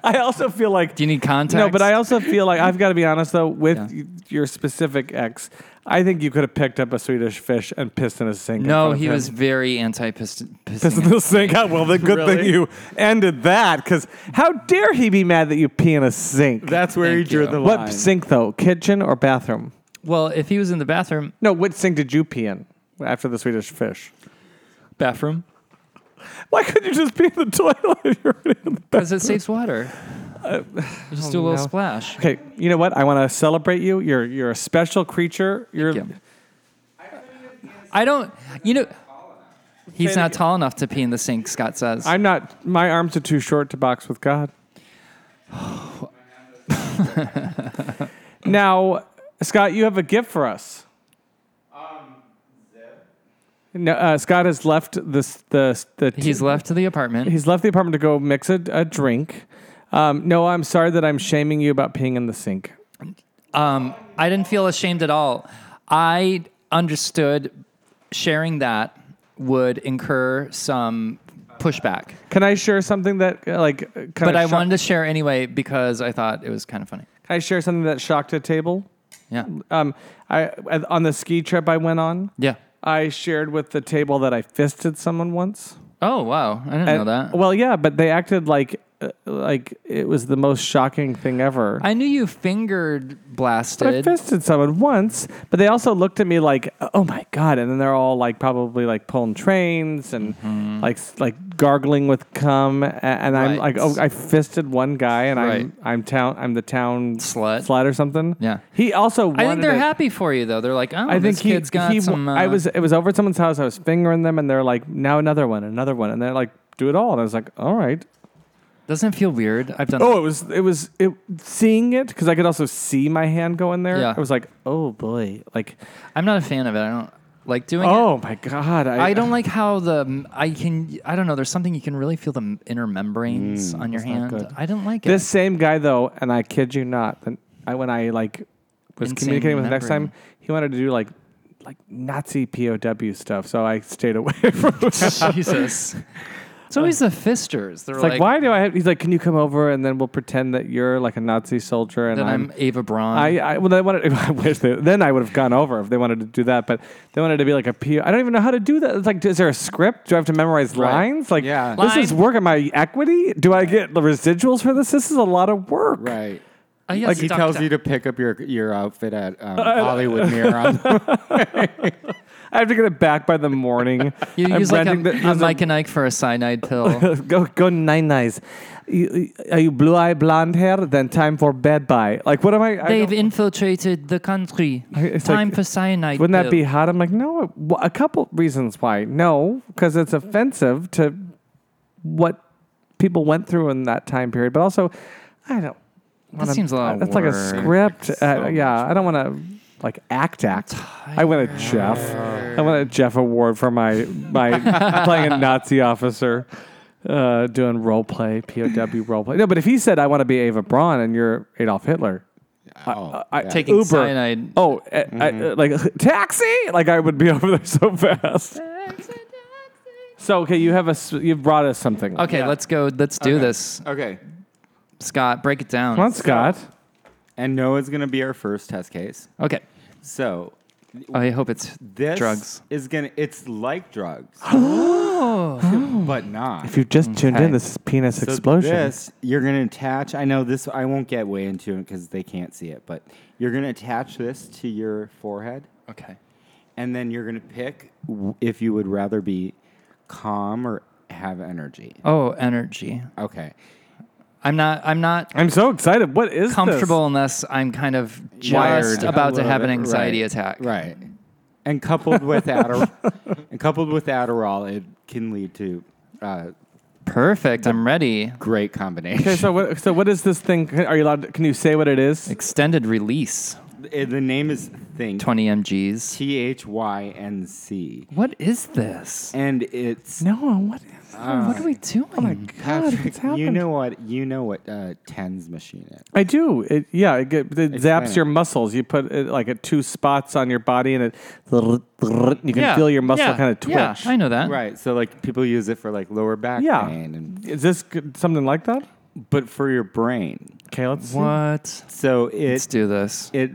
B: I also feel like
A: Do you need context?
B: no, but I also feel like I've got to be honest though with
A: Yeah.
B: y- your specific ex. I think you could have picked up a Swedish fish and pissed in a sink. in
A: No,
B: front of
A: he
B: him.
A: was very anti pissing.
B: Pissed in the sink. Ah, Well, the good thing
C: Really?
B: you ended that because how dare he be mad that you pee in a sink?
C: That's where
A: Thank
C: you drew
A: you.
C: the line.
B: what sink though? Kitchen or bathroom?
A: Well, if he was in the bathroom,
B: No, what sink did you pee in after the Swedish fish?
A: bathroom,
B: Why couldn't you just pee in the toilet if you're already in the
A: because it saves water. Just do a little
B: no.
A: splash.
B: Okay, you know what? I want to celebrate you. You're you're a special creature. You're
A: Yeah. I don't. You know, he's not tall enough to pee in the sink. Scott says.
B: I'm not. My arms are too short to box with God. now, Scott, you have a gift for us. No, uh, Scott has left this the the
A: He's left to the apartment.
B: he's left the apartment to go mix a, a drink. Um, no, I'm sorry that I'm shaming you about peeing in the sink.
A: Um, I didn't feel ashamed at all. I understood sharing that would incur some pushback,
B: Can I share something that uh, like kind
A: but
B: of
A: I wanted to share anyway because I thought it was kind of funny.
B: Can I share something that shocked a table?
A: Yeah,
B: Um, I I- on the ski trip I went on,
A: yeah.
B: I shared with the table that I fisted someone once.
A: Oh wow, I didn't know
B: And-
A: that.
B: Well, yeah, but they acted like uh, like it was the most shocking thing ever.
A: I knew you fingered
B: But I
A: blasted.
B: fisted someone once, but they also looked at me like, "Oh my god!" And then they're all like, probably like pulling trains and
A: Mm-hmm.
B: like s- like gargling with cum. a- And I'm
A: Right.
B: like, "Oh, I fisted one guy, and
A: Right.
B: I'm I'm town I'm the town
A: Slut.
B: slut or something."
A: Yeah.
B: he also.
A: I
B: Wanted
A: think they're
B: it.
A: happy for you though. They're like, oh,
B: I think
A: this
B: he,
A: kid's got
B: he w-
A: some. Uh,
B: I was it was over at someone's house. I was fingering them, and they're like, "Now another one, another one," and they're like, "Do it all." And I was like, "All right."
A: Doesn't it feel weird? I've done.
B: Oh, it was it was it seeing it because I could also see my hand go in there.
A: Yeah.
B: I was like, "Oh boy!" Like,
A: that. I'm not a fan of it. I don't like doing it.
B: "Oh my god!" I,
A: I don't like how the I can I don't know. There's something you can really feel the inner membranes on your hand.
B: Mm, good.
A: I don't like
B: This same guy though, and I kid you not, then I, when I like was
A: Insane
B: communicating with the next
A: remembering.
B: time, he wanted to do like like Nazi POW stuff, so I stayed away from.
A: it. Jesus, It's always the fisters. They're
B: It's like, why do I have? He's like, can you come over and then we'll pretend that you're like a Nazi soldier and
A: Then I'm,
B: I'm.
A: Ava Braun.
B: I, I well, they wanted. I wish they, then I would have gone over if they wanted to do that, but they wanted to be like a PO. I don't even know how to do that. It's like, is there a script? Do I have to memorize lines? Like,
C: Yeah.
B: this is
A: Line.
B: work on my equity. Do I get the residuals for this? This is a lot of work.
C: Right.
A: Oh, yes,
C: Like he
A: Doc-
C: tells
A: Doc-
C: you to pick up your your outfit at um, Hollywood Mirror. On,
B: I have to get it back by the morning.
A: You
B: I'm
A: use like a,
B: renting the-
A: a
B: there's a-
A: Mike and Ike for a cyanide pill.
B: go go nine eyes. You, you- are you blue eye blonde hair? Then time for bed bye. Like what am I? I
A: They've
B: don't-
A: infiltrated the country.
B: it's
A: Time
B: like-
A: for cyanide.
B: wouldn't that
A: pill.
B: be hot? I'm like no. w- A couple reasons why no, because it's offensive to what people went through in that time period. But also, I don't. wanna-
A: seems a lot of
B: That's like a
A: work.
B: script.
C: So
B: uh, yeah, I don't want to like act act. I want a Jeff. I want a Jeff Award for my my playing a Nazi officer, uh, doing role play, POW role play. No, but if he said I want to be Ava Braun and you're Adolf Hitler,
C: oh,
B: I,
C: yeah.
A: Taking cyanide. Mm-hmm.
B: Oh, I- I- like taxi! Like I would be over there so fast. So okay, you have a s- you've brought us something.
A: Okay, let's go. Let's do this,
C: okay.
A: Scott. Break it down.
B: Come on, Scott.
C: And Noah's going to be our first test case.
A: Okay.
C: So
A: I hope it's
C: this
A: drugs.
C: is going to, it's like drugs, but not.
B: Oh. If you just tuned
A: Okay.
B: in, this is penis
C: So
B: explosion.
C: This you're gonna attach. I know this. I won't get way into it because they can't see it. But you're gonna attach this to your forehead,
A: Okay.
C: and then you're gonna pick w- if you would rather be calm or have energy.
A: Oh, energy.
C: Okay.
A: I'm not. I'm not
B: I'm so excited. What is this?
A: comfortable unless I'm kind of just
C: Wired
A: about
C: a
A: to
C: little
A: have an
C: bit,
A: anxiety
C: right,
A: attack.
C: Right. And coupled with Adderall, and coupled with Adderall, it can lead to uh,
A: Perfect. I'm ready.
C: great combination.
B: Okay, so what, so what is this thing? Are you allowed? To, can you say what it is?
A: Extended release.
C: Uh, the name is Think.
A: 20 mg's.
C: T H Y N C,
A: What is this?
C: and it's
B: No, what is?
A: what are we doing?
B: Oh
C: Patrick,
B: what's
C: you
B: happened?
C: know what you know what uh, tens machine is.
B: I do. It, yeah, it, get, it zaps
C: it.
B: your muscles. You put it like at two spots on your body, and it you can
A: Yeah,
B: feel your muscle
A: yeah,
B: kind of twitch.
A: Yeah, I know that.
C: Right. So like people use it for like lower back
B: Yeah.
C: pain, and,
B: Is this good, something like that?
C: but for your brain.
B: Okay, let's
A: What?
C: So it
A: Let's do this.
C: it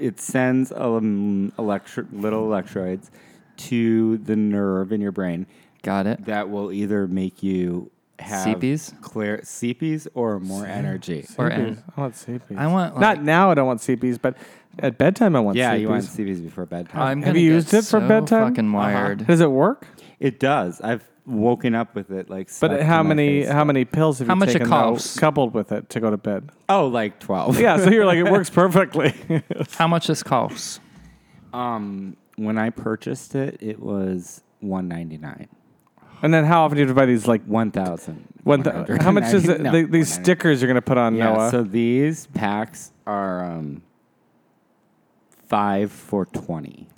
C: it sends um, electro- little electrodes to the nerve in your brain
A: Got it.
C: that will either make you have
A: CPs?
C: clear CPs or more energy.
A: Or
B: see.
A: en-
B: I want CPs.
A: I want, like-
B: not now. I don't want CPs, but at bedtime I want.
C: yeah,
B: CPs.
C: you want CPs before bedtime.
A: I'm
B: Have
A: gonna
B: you
A: get
B: used it for
A: so
B: bedtime? Uh-huh.
A: Fucking wired.
B: Does it work?
C: it does. I've woken up with it like. stuck
B: But
C: to
B: how
C: my
B: many
C: face.
B: how many pills have
A: How
B: you
A: much it
B: taken though,
A: costs?
B: coupled with it to go to bed?
C: Oh, like twelve.
B: Yeah, so you're like it works perfectly.
A: How much this costs?
C: Um, when I purchased it, it was one ninety nine.
B: and then how often do you have to buy these like
C: One thousand.
B: One th- how much is it, the, these stickers you're gonna put on
C: Yeah.
B: Noah?
C: So these packs are um, five for twenty,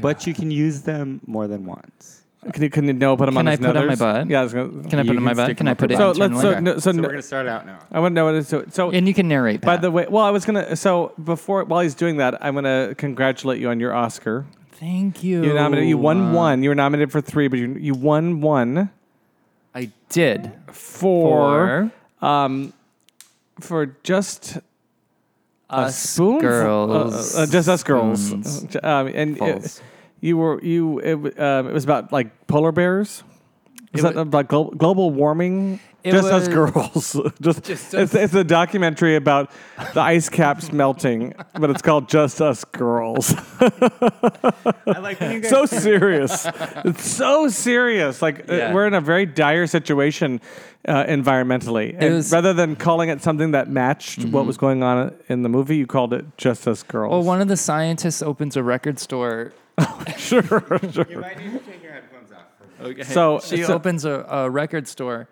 C: but you can use them more than once.
B: can you can you Noah put them
A: Can
B: on
A: I
B: his
A: put on my
B: nethers?
A: butt?
B: Yeah, I was gonna,
A: Can I put it
C: You
A: in
C: can
A: my butt?
C: stick
A: Can
C: them
A: I
C: up
A: put it
C: your
B: so
A: on
C: butt.
B: let's so
A: internally?
B: no, so,
C: So
B: no,
C: we're gonna start out now.
B: I want to know what it is. So, so
A: And you can narrate.
B: by
A: Pat.
B: the way, well, I was gonna so before while he's doing that, I'm gonna congratulate you on your Oscar.
A: thank you.
B: You nominated. You won
A: Uh,
B: one. You were nominated for three, but you you won one
A: I did.
B: for um for just a
A: us
B: spoonful-
A: girls.
B: uh, uh, just us girls.
A: spoons.
B: J- Um, and it,
A: Falls.
B: you were you. It, w- um, it was about like polar bears. Is
A: It
B: that
A: wa-
B: about glo- global warming?
A: It
B: just us
A: was-
B: girls. just, it's, it's a documentary about the ice caps melting, but it's called Just Us Girls.
C: I like when you guys-
B: so serious. It's so serious. Like uh,
A: Yeah.
B: we're in a very dire situation uh, environmentally. And
A: was- Mm-hmm.
B: rather than calling it something that matched what was going on in the movie, you called it Just Us Girls.
A: Well, one of the scientists opens a record store.
B: sure.
C: You might need to take your headphones off.
A: Okay.
B: So-
A: she
B: so-
A: opens a, a record store,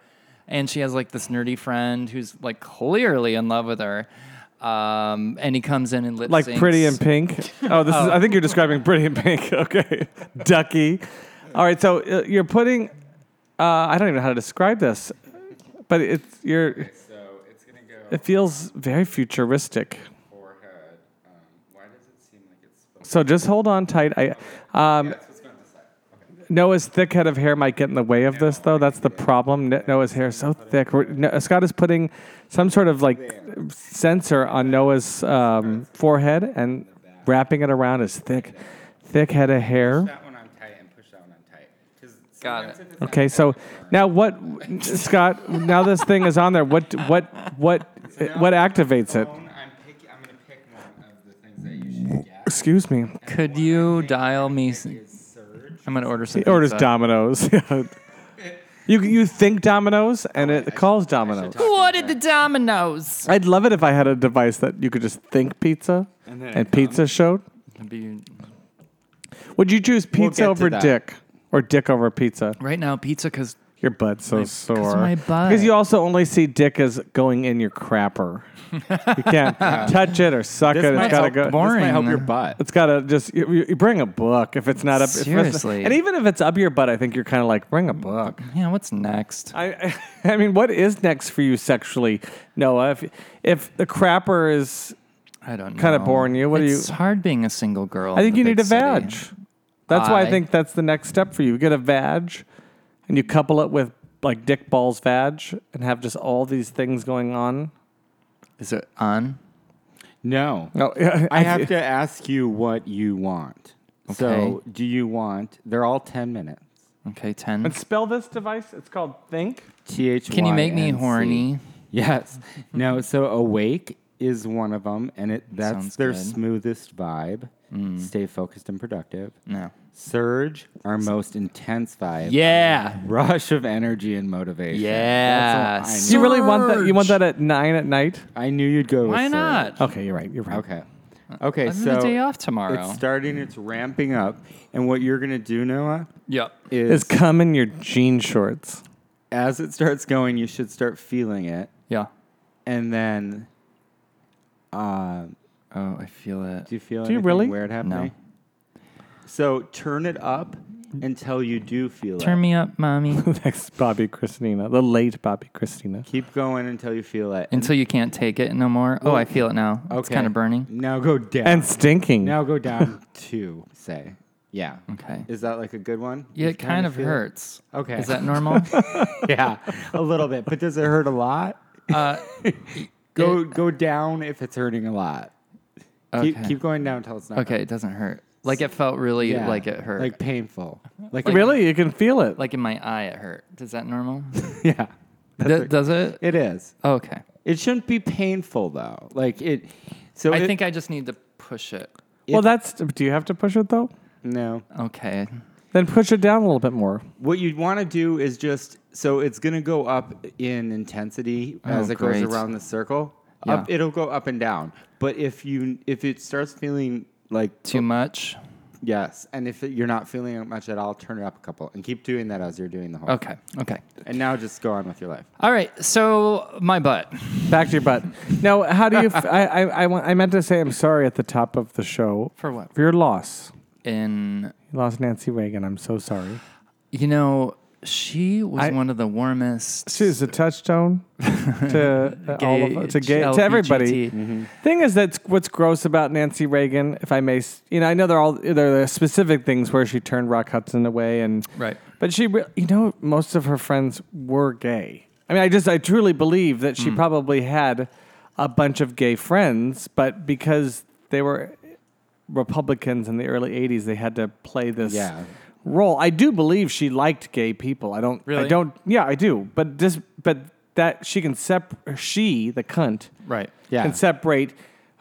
A: and she has like this nerdy friend who's like clearly in love with her. Um, and he comes in and lip
B: like
A: syncs.
B: Pretty in Pink. Oh, this is. I think you're describing Pretty in Pink. Okay, Ducky. All right, so uh, you're putting. Uh, I don't even know how to describe this, but it's you're.
C: So it's gonna go
B: It feels very futuristic.
C: forehead. Um, why does it seem like it's?
B: So just hold on tight. I, um,
C: That's what's going to decide.
B: Noah's thick head of hair might get in the way of this, though. That's the problem. No- Noah's hair is so thick. We're, no, Scott is putting some sort of like sensor on Noah's um, forehead and wrapping it around his thick, thick head of hair.
C: That one on tight and push that one on tight. 'Cause
A: Got
C: sometimes
A: it.
C: if it's
B: Okay, so now what, Scott? Now this thing is on there. What, what, what, what activates it?
C: phone, I'm, pick, I'm gonna pick one of the things that you should get.
B: Excuse me.
A: Could you dial me? s-
C: Is surge.
A: I'm gonna order some.
B: He orders
A: pizza.
B: Domino's. you you think Domino's and
C: Oh,
B: it calls Domino's.
A: What the Dominoes?
B: I'd love it if I had a device that you could just think pizza and,
C: And then it
B: pizza showed. Would you choose pizza
C: get to
B: over
C: that.
B: dick or dick over pizza?
A: Right now, pizza because
B: Your butt's so sore.
A: my butt.
B: Because you also only see dick as going in your crapper. you can't touch it or suck it. It's
A: might
B: gotta
A: help
B: go.
A: more.
C: This might
A: Boring.
C: help your butt.
B: It's gotta just you, you- you bring a book if it's not up. if it's-
A: Seriously.
B: and even if it's up your butt, I think you're kind of like bring a book.
A: yeah. What's next?
B: I, I mean, what is next for you sexually, Noah? If, if the crapper is,
A: I don't know.
B: Kinda boring you. What do
A: it's
B: you-
A: It's hard being a single girl.
B: I
A: in
B: think
A: the
B: you need a
A: big
B: vag.
A: city.
B: That's why I
A: I-
B: think that's the next step for you. Get a vag, and you couple it with like Dick Ball's vag, and have just all these things going on.
A: Is it on?
C: No.
B: No,
C: I have to ask you what you want. So,
A: Okay.
C: do you want? They're all ten minutes.
A: Okay, ten.
B: And spell this device. It's called Think.
C: T H.
A: Can you make me horny?
C: Yes. No. So awake is one of them, and it that's
A: Sounds
C: their
A: good. Mm.
C: smoothest vibe. Stay focused and productive.
A: No.
C: Surge, our most intense vibe.
A: Yeah.
C: Rush of energy and motivation.
A: Yeah.
C: That's what I
A: So
B: Do you really want that? You want that at nine at night?
C: I knew you'd go.
A: Why
C: with Surge.
A: not?
B: Okay, you're right. You're right.
C: Okay. Okay.
A: I'm
C: so
A: on a day off tomorrow.
C: it's starting. It's ramping up, and what you're gonna do, Noah,
A: yep.
B: Is
C: is
B: come in your jean shorts.
C: as it starts going, you should start feeling it,
A: Yeah.
C: and then. Uh,
A: Oh, I feel it.
C: Do you feel
B: Do you
C: anything
B: really?
C: weird happening?
A: No.
C: So turn it up until you do feel
A: Turn
C: it.
A: me up, mommy,
B: Next, Bobby Christina, the late Bobby Christina.
C: Keep going until you feel it.
A: until you can't take it no more. Oh, I feel it now. It's
C: Okay.
A: kind of burning.
C: Now go down.
B: And stinking.
C: now go down to say. Yeah.
A: Okay.
C: Is that like a good one?
A: Mm. Yeah,
C: You
A: it kind
C: kinda
A: of
C: feel
A: hurts.
C: Okay.
A: Is that normal?
C: yeah, a little bit. But does it hurt a lot?
A: uh,
C: Go go down if it's hurting a lot. Keep
A: Okay.
C: keep going down until it's not.
A: okay, it doesn't hurt. Like it felt really
C: Yeah.
A: like it hurt.
C: Like
A: Like,
C: painful. Like
B: Really, you can feel it.
A: in my eye, it hurt. Is that normal?
C: Yeah.
A: Th- does it? Oh,
C: It is.
A: Okay.
C: It shouldn't be painful though. Like it. So
A: I
C: it-
A: think I just need to push it.
B: well,
C: If-
B: that's. Do you have to push it though?
C: no.
A: Okay.
B: Then push it down a little bit more.
C: What you'd want to do is just so it's going to go up in intensity as it
A: Oh, great.
C: goes around the circle.
A: Yeah.
C: Up, it'll go up and down. But if you if it starts feeling like
A: Too much.
C: yes, and if you're not feeling it much at all, turn it up a couple and keep doing that as you're doing the whole.
A: Okay. Okay.
C: And now just go on with your life.
A: All right. So my butt.
B: Back to your butt. No, how do you? F- I, I, I, want- I meant to say I'm sorry at the top of the show
A: For what?
B: for your loss.
A: In
B: You lost Nancy Reagan. I'm so sorry.
A: you know, she was
B: I-
A: one of the warmest.
B: She's a touchstone to uh, all of to gay to everybody.
A: LGBT.
B: Thing is, that's what's gross about Nancy Reagan. If I may, s- you know, I know there are all there are specific things where she turned Rock Hudson away, and
A: Right.
B: but she, re- you know, most of her friends were gay. I mean, I just I truly believe that she probably had a bunch of gay friends, but because they were Republicans in the early '80s, they had to play this
C: Yeah.
B: role. I do believe she liked gay people. I don't. I
A: Really?
B: don't. Yeah, I do. But just but that she can sep she the cunt
A: Right.
C: Yeah.
B: can separate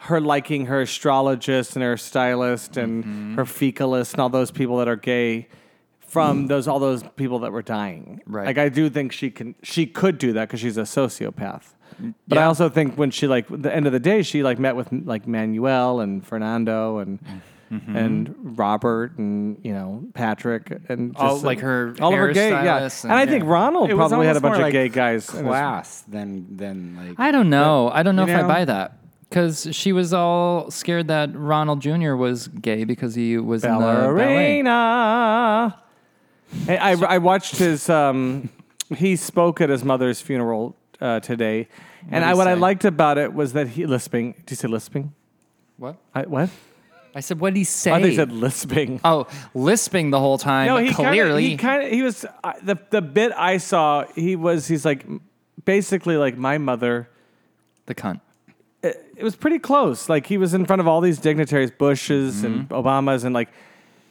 B: her liking her astrologist and her stylist and her fecalist and all those people that are gay from those all those people that were dying.
A: Right.
B: Like I do think she can she could do that because she's a sociopath. But I also think when she like at the end of the day she like met with like Manuel and Fernando and and Robert and you know Patrick and just
A: All, like, her
B: all of her gay yeah
A: hairstylists
B: and,
A: and-
B: I think Ronald
C: It was
B: probably had a
C: almost more
B: bunch of
C: like
B: gay guys in his-
C: Class than than like
A: I don't know. I don't know
C: you
A: if
C: know?
A: I buy that because she was all scared that Ronald Jr. was gay because he was in the ballet.
B: ballerina. Hey, I, I watched his. Um, he spoke at his mother's funeral uh, today, and
A: What'd
B: I,
A: he
B: what I
A: say?
B: liked about it was that he lisping. Did you say lisping?
A: What?
B: I, what?
A: I said, what did he say?
B: I think said lisping.
A: oh, lisping the whole time.
B: No, he
A: clearly.
B: Kinda, he kind of he was I the the bit I saw. He was he's like basically like my mother.
A: the cunt.
B: It was pretty close. Like he was in front of all these dignitaries, Bushes and
A: Mm-hmm.
B: Obamas, and like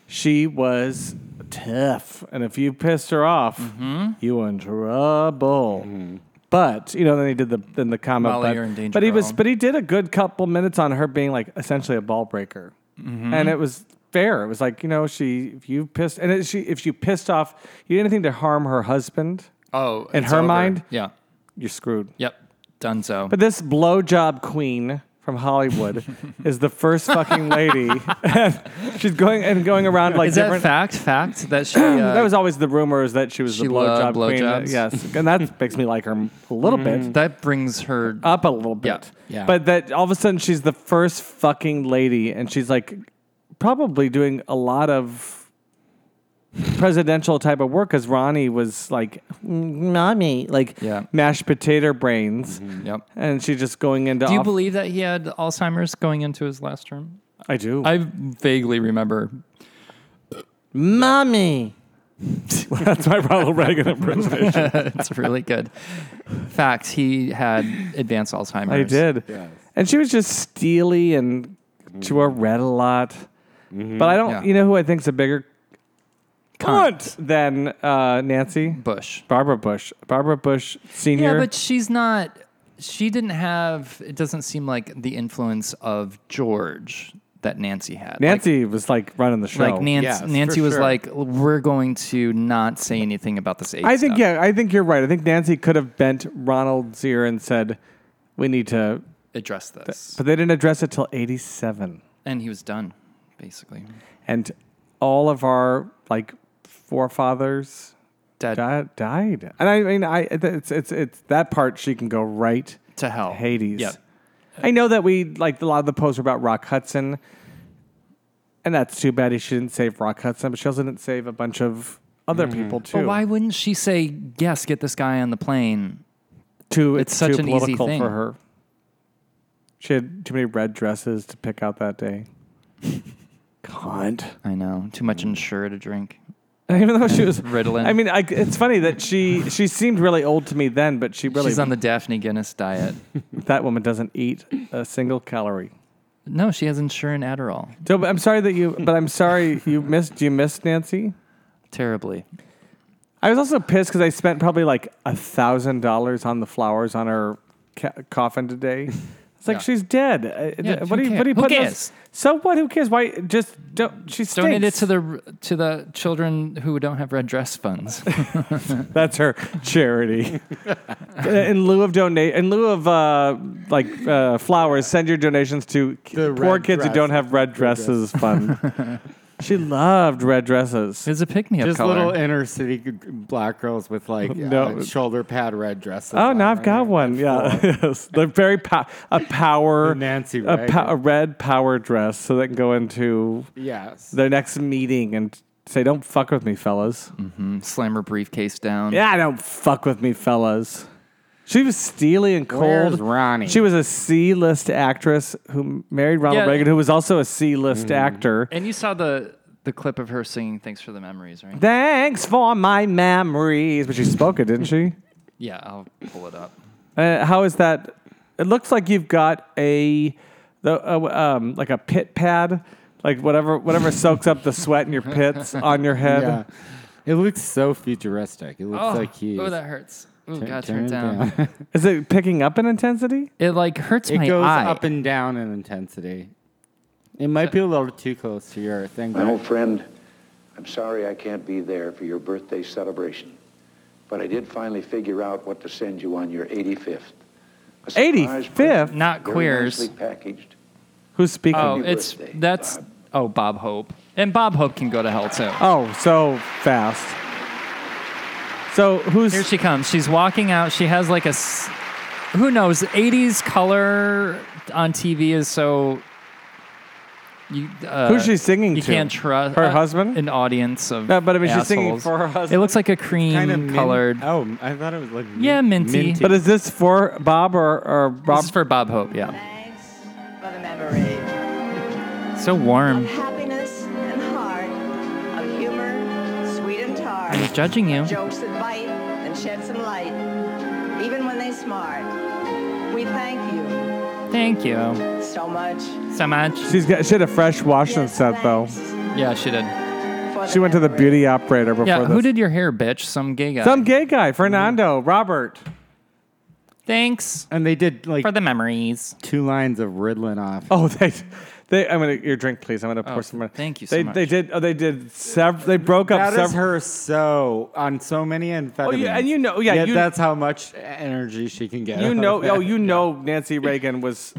B: she was tough. And if you pissed her off,
A: Mm-hmm.
B: you were in trouble. But you know, then he did the then the comment.
A: While
B: but,
A: you're in danger,
B: but he was
A: girl.
B: but he did a good couple minutes on her being like essentially a ball breaker,
A: Mm-hmm.
B: and it was fair. It was like you know she if you pissed and it, she if you pissed off you did anything to harm her husband,
A: Oh,
B: In
A: it's
B: her
A: over.
B: mind?
A: Yeah.
B: you're screwed.
A: Yep. Done so.
B: But this blowjob queen from Hollywood is the first fucking lady. And she's going and going around like
A: Is that
B: different.
A: fact? Fact that she. Uh,
B: that was always the rumors that she was
A: She
B: the
A: loved
B: blowjob queen.
A: blowjobs.
B: Yes, and that makes me like her a little bit
A: that brings her.
B: up a little bit.
A: Yeah.
B: But that all of a sudden she's the first fucking lady, and she's like probably doing a lot of presidential type of work because Ronnie was like mommy, like
A: Yeah.
B: mashed potato brains,
A: yep.
B: and she's just going into.
A: Do you
B: off-
A: believe that he had Alzheimer's going into his last term?
B: I do.
A: I vaguely remember.
B: Mommy. That's my Ronald Reagan impersonation.
A: it's really good. Fact, he had advanced Alzheimer's.
B: I did. And she was just steely and she wore red a lot. But I don't,
A: Yeah.
B: you know who I think's a bigger
A: Cunt.
B: cunt, than uh, Nancy?
A: Bush.
B: Barbara Bush. Barbara Bush Sr.
A: Yeah, but she's not. She didn't have. It doesn't seem like the influence of George that Nancy had.
B: Nancy was like running the show.
A: Like, like Nancy,
C: Yes, for
A: Nancy was
C: sure.
A: like, "We're going to not say anything about this AIDS."
B: I think,
A: stuff."
B: yeah, I think you're right. I think Nancy could have bent Ronald's ear and said, we need to,
A: address this,
B: but they didn't address it till 87.
A: and he was done, basically.
B: And all of our like forefathers
A: Dead
B: died, died. And I mean, I it's it's it's that part she can go right
A: to hell.
B: Hades.
A: Yep.
B: I know that we like a lot of the posts were about Rock Hudson, and that's too bad. She didn't save Rock Hudson, but she also didn't save a bunch of other people too.
A: But why wouldn't she say yes? Get this guy on the plane.
B: Too it's,
A: such
B: too
A: an easy
B: political
A: thing.
B: for her. She had too many red dresses to pick out that day. God.
A: I know. Too much insure to drink.
B: Even though she was
A: Ritalin.
B: I mean, I, it's funny that she she seemed really old to me then, but she really
A: She's on the Daphne Guinness diet.
B: that woman doesn't eat a single calorie.
A: no, she has insure and Adderall.
B: So but I'm sorry that you, but I'm sorry you missed. You missed Nancy.
A: Terribly.
B: I was also pissed because I spent probably like a thousand dollars on the flowers on her ca- coffin today. It's like
A: Yeah.
B: she's dead. Uh,
A: Yeah,
B: what,
A: who
B: do you, what do
A: cares? Who
B: you put? those-
A: cares?
B: So what? Who cares? Why? Just don't. She stinks.
A: Donate it to the to the children who don't have red dress funds.
B: That's her charity. in lieu of donate, in lieu of uh, like uh, flowers, send your donations to ki-
C: The
B: poor
C: red
B: kids who don't
C: dress-
B: have red dresses fund. she loved red dresses.
A: It's a pick me up
C: Just
A: color.
C: little inner city g- g- black girls with like
B: No.
C: uh, shoulder pad red dresses.
B: Oh,
C: on
B: now I've
C: right
B: got
C: here.
B: one. Yeah, yes. they're very pow- a power
C: Nancy
B: a,
C: Reagan.
B: po- a red power dress, so they can go into
C: Yes.
B: their next meeting and say, "Don't fuck with me, fellas."
C: Mm-hmm.
A: Mm, Slam her briefcase down.
B: Yeah, don't fuck with me, fellas. She was steely and cold.
C: Where's Ronnie?
B: She was a C-list actress who married Ronald
A: Yeah.
B: Reagan, who was also a C-list
C: Mm-hmm.
B: actor.
A: And you saw the the clip of her singing "Thanks for the Memories," right?
B: Thanks for my memories, but she spoke it, didn't she?
A: yeah, I'll pull it up.
B: Uh, how is that? It looks like you've got a the uh, um like a pit pad, like whatever whatever soaks up the sweat in your pits on your head.
C: Yeah. It looks so futuristic. It looks
A: Oh,
C: like he's.
A: oh, that hurts. Oh,
C: Turn-
A: God,
C: turn
A: turn it
C: it
A: down.
B: Is it picking up in intensity?
A: It like hurts my
C: it goes
A: eye.
C: up and down in intensity. It might be a little too close to your thing.
D: My
C: but-
D: old friend, I'm sorry I can't be there for your birthday celebration, but I did finally figure out what to send you on your 85th. A surprise
B: 85th?
D: present,
A: Not
D: very
A: queers.
D: nicely packaged.
B: Who's speaking?
A: oh,
B: Oh,
D: Happy
A: it's
D: birthday,
A: that's
D: Bob.
A: oh Bob Hope, and Bob Hope can go to hell too.
B: Oh, so fast. So who's
A: Here she comes. She's walking out. She has like a, s- who knows? '80s color on TV is so. You, uh,
B: who's she singing
A: You
B: to?
A: can't trust
B: her husband.
A: An audience of.
B: No, but I mean, she's singing
A: assholes.
B: for her
A: It
B: husband.
A: looks like a
C: Kinda
A: cream
C: mint-
A: colored.
C: Oh, I thought it was like
A: Yeah, minty.
B: but is this for Bob or, or Bob?
A: This is for Bob Hope. Yeah.
E: Thanks for the memory.
A: So warm.
E: of happiness and heart, of humor, sweet and tart,
A: I'm judging you.
E: jokes that bite and shed some light, even when they smart. We thank you
A: Thank you
E: so much.
A: so much.
B: She's got she had a fresh Washington set though.
A: Yeah, she did.
B: She went to the beauty operator before
A: Yeah,
B: this.
A: who did your hair, bitch? Some gay guy.
B: Some gay guy, Fernando Robert.
A: Thanks
C: And they did like
A: for the memories.
C: two lines of riddling off.
B: Oh, they, they. I'm gonna your drink, please. I'm gonna pour
A: Oh,
B: some. more.
A: thank you so
B: They
A: much.
B: they did. Oh, they did. Sev- they broke up
C: That is
B: several.
C: her so on so many amphetamines.
B: and you know- yeah,
C: Yet
B: you-
C: that's how much e-, energy she can get.
B: You
C: out
B: know.
C: of it.
B: Oh, you know. Nancy Reagan was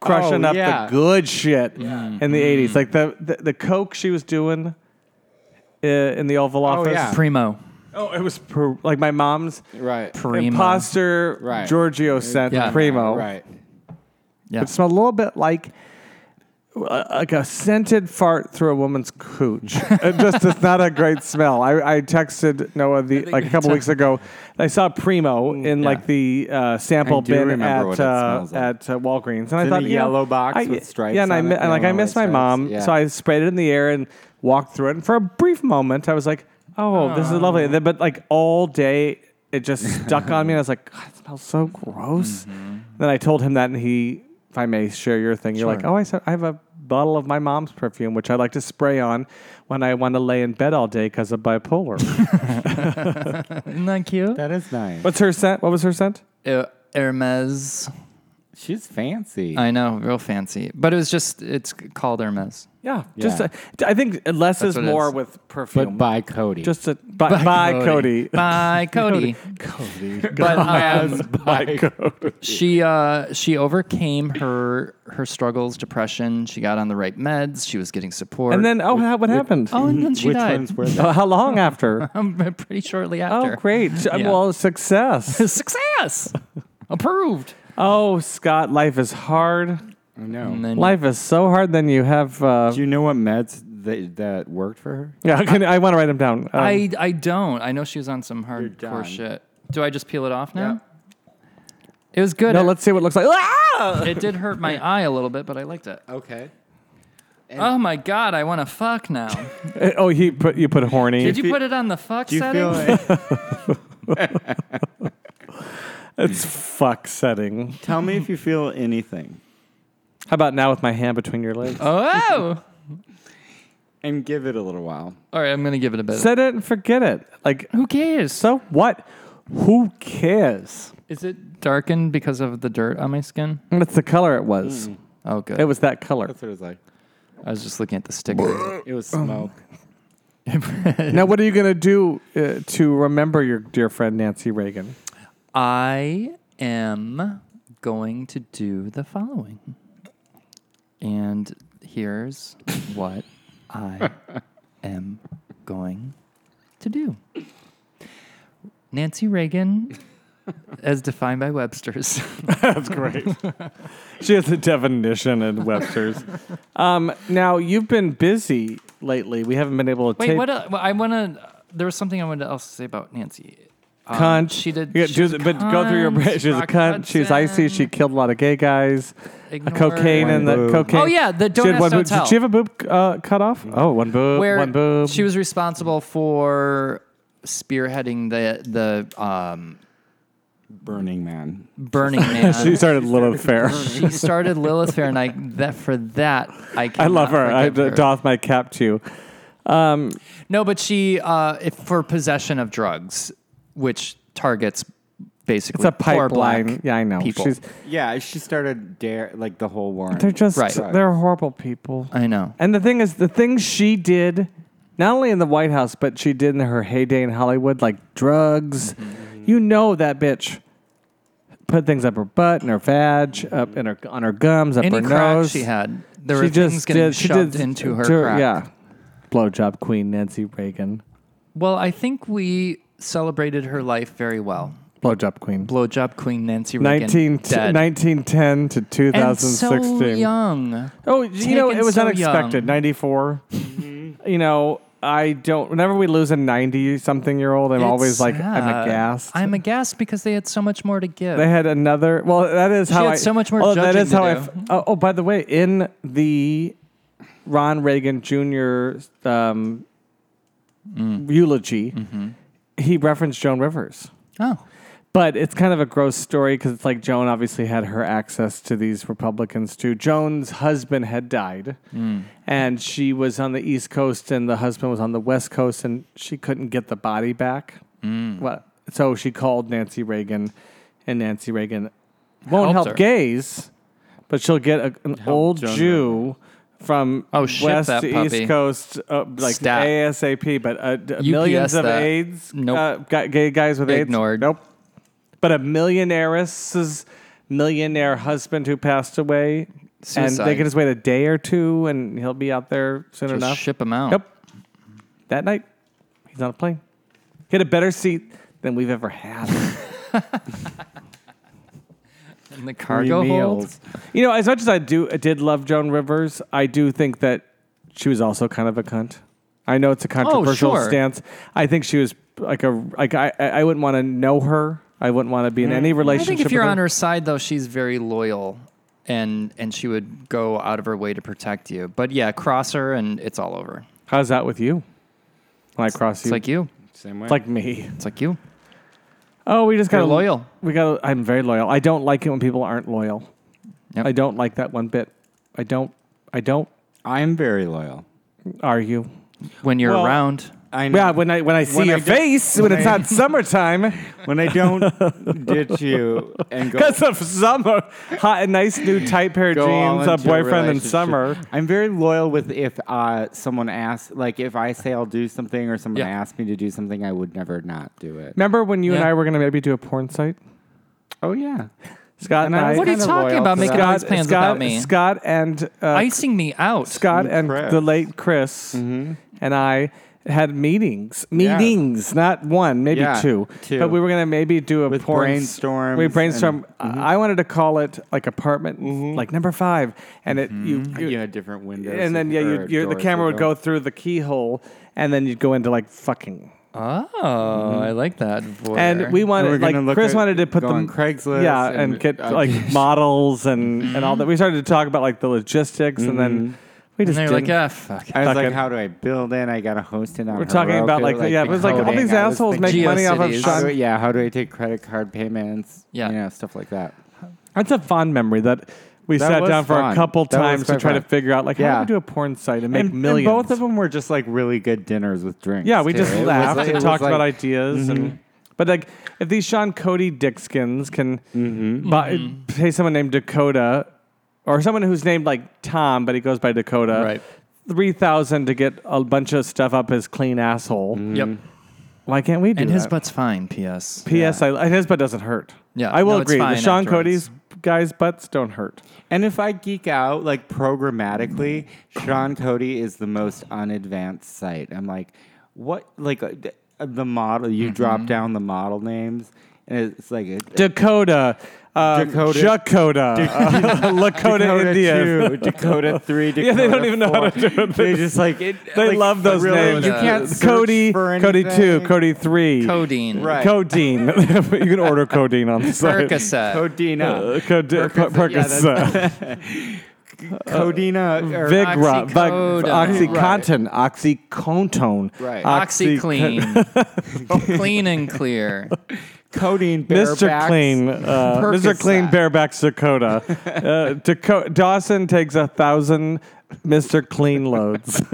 B: crushing
C: Oh,
B: up
C: yeah.
B: the good shit
A: Mm-hmm.
B: in the '80s, like the the, the coke she was doing. uh, In the Oval Office.
C: yeah.
A: Primo.
B: Oh, it was pr- like my mom's
C: right,
A: Primo.
B: imposter
C: Right.
B: Giorgio scent
A: Yeah.
B: primo.
C: right.
A: Yeah.
B: It smelled a little bit like uh, like a scented fart through a woman's cooch. it just it's not a great smell. I, I texted Noah the like a couple weeks ago. I saw Primo in like the uh, sample
C: I do
B: bin
C: remember what
B: at
C: it
B: uh,
C: smells like.
B: at uh, Walgreens, and I
C: in
B: thought
C: a
B: you know,
C: yellow box
B: I-
C: with stripes
B: Yeah, and I
C: on
B: mi-
C: it,
B: and like I
C: yellow
B: miss my
C: stripes,
B: mom,
C: yeah.
B: so I sprayed it in the air and walked through it. And for a brief moment, I was like, "Oh, this is lovely," And then- but like all day, it just stuck on me. And I was like, God, "It smells so gross."
C: Mm-hmm.
B: Then I told him that, and he, if I may share your thing, you're like, "Oh, I said I have a." Bottle of my mom's perfume, which I like to spray on when I want to lay in bed all day because of bipolar.
A: Isn't that cute?
C: That is nice.
B: What's her scent? What was her scent?
A: Er- Hermes.
C: she's fancy.
A: I know, real fancy. But it was just, it's called Hermes.
B: Yeah, just
C: Yeah.
B: a, I think less
A: That's
B: is
A: what it
B: more
A: is.
B: with perfume.
C: but by Cody.
B: just a by, by, Cody.
A: Bye, Cody.
C: Cody.
A: But um,
C: by Cody.
A: she uh, she overcame her her struggles, depression. She got on the right meds. She was getting support.
B: And then, oh, how, what happened?
A: oh, and then she
C: Which
A: died.
C: ones were
B: Uh,
C: that?
B: how long after?
A: Um, pretty shortly
B: oh,
A: after.
B: great. Uh,
A: Yeah.
B: Well, success.
A: Success approved.
B: oh, Scott, life is hard.
A: And
C: No.
A: then
B: Life is so hard. Then you have. Uh,
C: Do you know what meds that, that worked for her?
B: yeah, can, I want to write them down. Um,
A: I I don't. I know she was on some
C: done.
A: hardcore shit. Do I just peel it off now? It was good.
B: no,
A: It-
B: let's see what it looks like. Ah!
A: it did hurt my eye a little bit, but I liked it.
C: Okay.
A: Oh my god, I want to fuck now.
B: Uh, oh, he put you put horny.
A: Did you
C: feel-
A: put it on the fuck
C: Do you
A: setting?
C: feel like,
B: it's fuck setting.
C: tell me if you feel anything
B: How about now with my hand between your legs?
A: oh,
C: and give it a little while.
A: all right. I'm gonna give it a bit.
B: Set it and forget it. Like,
A: Who cares?
B: so what? Who cares?
A: Is it darkened because of the dirt on my skin?
B: That's the color it was.
A: Oh, good.
B: It was that color.
C: That's what it was like.
A: I was just looking at the sticker.
C: It was
B: Oh.
C: smoke.
B: Now, what are you going to do uh, to remember your dear friend Nancy Reagan?
A: I am going to do the following. And here's what I am going to do. Nancy Reagan, as defined by Webster's.
B: That's great. she has a definition in Webster's. Um, now you've been busy lately. We haven't been able to
A: Wait,
B: tape.
A: what? el- well, I want to. There was something I wanted else to say about Nancy. Um,
B: Cunt.
A: She did.
B: Yeah,
A: she
B: do
A: was
B: the- but go through your. brain. She was a
A: Rock
B: cunt. She was icy. She
A: Hudson,
B: killed a lot of gay guys. A
A: ignored-
B: cocaine and the
C: One boob.
B: cocaine.
A: Oh, yeah, the
B: She had
A: don't ask,
B: one boob.
A: don't tell. Mm-hmm.
B: Did she have a boob uh, cut off? Oh, one boob.
A: where
B: one boob.
A: she was responsible for spearheading the the um,
C: Burning Man.
A: Burning Man.
B: She started Lilith Fair.
A: she started Lilith Fair, and I that for that I
B: I love her. I
A: her.
B: doth my cap to you. Um,
A: No, but she uh, if for possession of drugs, which targets basically
B: it's a
A: poor black
B: pipeline. Yeah, I know.
A: people.
B: She's,
C: Yeah, she started dare like the whole war.
B: they're just
A: Right.
B: they're horrible people.
A: I know.
B: And the thing is, the things she did, not only in the White House, but she did in her heyday in Hollywood, like drugs.
A: Mm-hmm.
B: You know that bitch put things up her butt and her vag, up in her on her gums, up
A: Any
B: her
A: crack
B: nose.
A: she had, there were things getting shoved into her crack.
B: Yeah, blowjob queen Nancy Reagan,
A: Well, I think we celebrated her life very well.
B: blowjob queen.
A: Blowjob Queen Nancy Reagan.
B: 19,
A: dead.
B: 1910 to
A: and
B: 2016.
A: so young.
B: Oh, you know,
A: Taken
B: it was
A: so
B: unexpected.
A: young.
B: 94. You know, I don't, whenever we lose a 90 something year old, I'm
A: It's
B: always like, I'm
A: sad.
B: aghast.
A: I'm aghast because they had so much more to give.
B: they had another. Well, that is how
A: had
B: I.
A: so much more
B: Oh, that
A: judging
B: is
A: to
B: how I.
A: do.
B: f- Oh, oh, by the way, in the Ron Reagan Jr.'s um,
A: Mm.
B: eulogy,
A: Mm-hmm.
B: he referenced Joan Rivers.
A: Oh,
B: But it's kind of a gross story because it's like Joan obviously had her access to these Republicans too. Joan's husband had died,
A: Mm.
B: and she was on the East Coast, and the husband was on the West Coast, and she couldn't get the body back.
A: Mm.
B: Well, so she called Nancy Reagan, and Nancy Reagan won't
A: Helped
B: help
A: her.
B: gays, but she'll get a, an old
C: Joan
B: Jew. From
A: Oh, ship
B: west
A: that
B: to
A: puppy.
B: east coast, uh, like
A: Stat.
B: ASAP, but uh, d- millions of
A: that.
B: AIDS,
A: Nope.
B: uh, gu- gay guys with
A: Ignored.
B: AIDS, nope. But a millionaire's millionaire husband who passed away,
A: Suicide.
B: and they can just wait a day or two, and he'll be out there soon
A: just
B: enough.
A: ship them out.
B: Yep. That night, he's on a plane. He had a better seat than we've ever had.
A: In the cargo hold.
C: meals.
B: you know, as much as I do, I did love Joan Rivers. I do think that she was also kind of a cunt. I know it's a controversial
A: Oh, sure.
B: stance. I think she was like a like I I I wouldn't want to know her. I wouldn't want to be in any
A: Mm. I
B: relationship.
A: think if you're
B: with
A: on her side, though, she's very loyal, and and she would go out of her way to protect you. But yeah, cross her, and it's all over.
B: How's that with you? When I cross
A: It's
B: you.
A: like you.
C: Same way.
B: It's like me.
A: It's like you.
B: Oh, we just got
A: You're loyal.
B: We got. I'm very loyal. I don't like it when people aren't loyal.
A: Yep.
B: I don't like that one bit. I don't. I don't
C: I'm very loyal.
B: argue.
A: When you're
C: Well,
A: around,
C: I know.
B: Yeah, when I when I see
C: When I
B: your
C: do-
B: face when, it's not summertime
C: when I don't ditch you and go,
B: because of summer, hot and nice new tight pair of
C: go all
B: jeans, a
C: into
B: boyfriend in
C: relationship.
B: summer.
C: I'm very loyal with if uh, someone asks, like if I say I'll do something or someone
A: Yeah.
C: asks me to do something, I would never not do it.
B: Remember when you and
A: Yeah.
B: I were gonna maybe do a porn site?
C: Oh yeah.
B: Scott and,
C: And I
B: I.
C: was
A: what are you
C: kinda
A: talking
C: loyal
A: about?
C: to
A: Making
C: that.
A: all
B: Scott,
A: these plans
B: Scott,
A: without me,
B: Scott and uh,
A: icing me out.
B: Scott and
C: Chris. Mm-hmm.
B: the late Chris and I had meetings, meetings, not one, maybe
C: Yeah,
B: two.
C: two.
B: But we were gonna maybe do a
C: With
B: porn
C: brainstorms mm-hmm.
B: We brainstormed. I I wanted to call it like apartment, like number five, and it you,
C: Mm-hmm. You
B: you
C: had different windows.
B: and then yeah,
C: or
B: you, you the
C: doors
B: camera
C: to
B: would go through the keyhole, and then you'd go into like fucking.
A: Oh, I like that. Voyeur.
B: Mm-hmm. And we
C: And
B: wanted
C: we're gonna
B: like
C: look
B: Chris
C: at-
B: wanted to put
C: go
B: them
C: on Craigslist
B: yeah, and,
C: and- Mm-hmm.
B: get
C: uh,
B: like models and and all that. We started to talk about like the logistics, and
C: Mm-hmm.
B: then we
A: and
B: just
A: they're like,
B: didn't-
A: yeah, fuck. it."
C: I was
B: Fuck
C: like,
B: it.
C: how do I build in? I got to host it on
B: We're talking about
C: Heroku,
B: like, yeah, it
C: the
B: was like all
C: coding.
B: these
C: I was
B: assholes make
C: thinking,
B: money off of
A: GeoCities.
C: how do I-
B: Sean.
C: yeah, how do I take credit card payments?
A: Yeah.
C: You know, stuff like that.
B: That's a fond memory that we
C: That
B: sat
C: was
B: down for a
C: fun.
B: couple
C: That was
B: times to
C: quite
B: try to
C: fun.
B: figure out like how do
C: Yeah.
B: we do a porn site and make
C: And, and
B: millions.
C: both of them were just like really good dinners with drinks.
B: Yeah, we
C: too.
B: just
C: It was
B: laughed
C: like- it
B: and
C: was
B: talked about
C: like- mm-hmm.
B: ideas. And, but like, if these Sean Cody Dickskins can
C: Mm-hmm.
B: buy, pay someone named Dakota, or someone who's named like Tom, but he goes by Dakota,
A: Right.
B: Three thousand to get a bunch of stuff up his clean asshole.
C: Mm.
A: Yep.
B: Why can't we do
A: And
B: that?
A: his butt's fine. P.S.
B: P.S. I, and his butt doesn't hurt.
A: Yeah,
B: I will
A: no, it's
B: agree. The
A: fine
B: Sean
A: afterwards.
B: Cody's guys' butts don't hurt.
C: And if I geek out like programmatically, Sean Cody is the most unadvanced site. I'm like, what? Like uh, d- uh, the model you drop down the model names, and it's like a,
B: Mm-hmm. Dakota. Um,
C: Dakota-
B: Dakota. uh, Lakota,
C: Dakota
B: India.
C: two, Dakota three, Dakota
B: Yeah, they don't even know how to do it.
C: They just like it,
B: They
C: like,
B: love those
C: really,
B: names.
C: You
A: Uh,
C: can't search
B: Cody,
C: for
B: Cody two,
C: anything.
B: Cody three,
A: Codeine.
C: Right.
B: codeine. you can order codeine on the site.
A: Percocet.
C: Codina,
B: Uh, Code, Percocet,
C: Percocet, yeah, Codina, er, or
B: Vigra, Vig-
A: Oxycodone.
B: OxyContin, OxyContin,
C: Right.
B: Oxy-
A: OxyClean. clean and clear.
C: codeine,
B: Mr.
C: barebacks.
B: Clean, uh, Mr.
A: Percocet.
B: Clean Barebacks Dakota. Uh, Daco- Dawson takes a thousand Mr. Clean loads.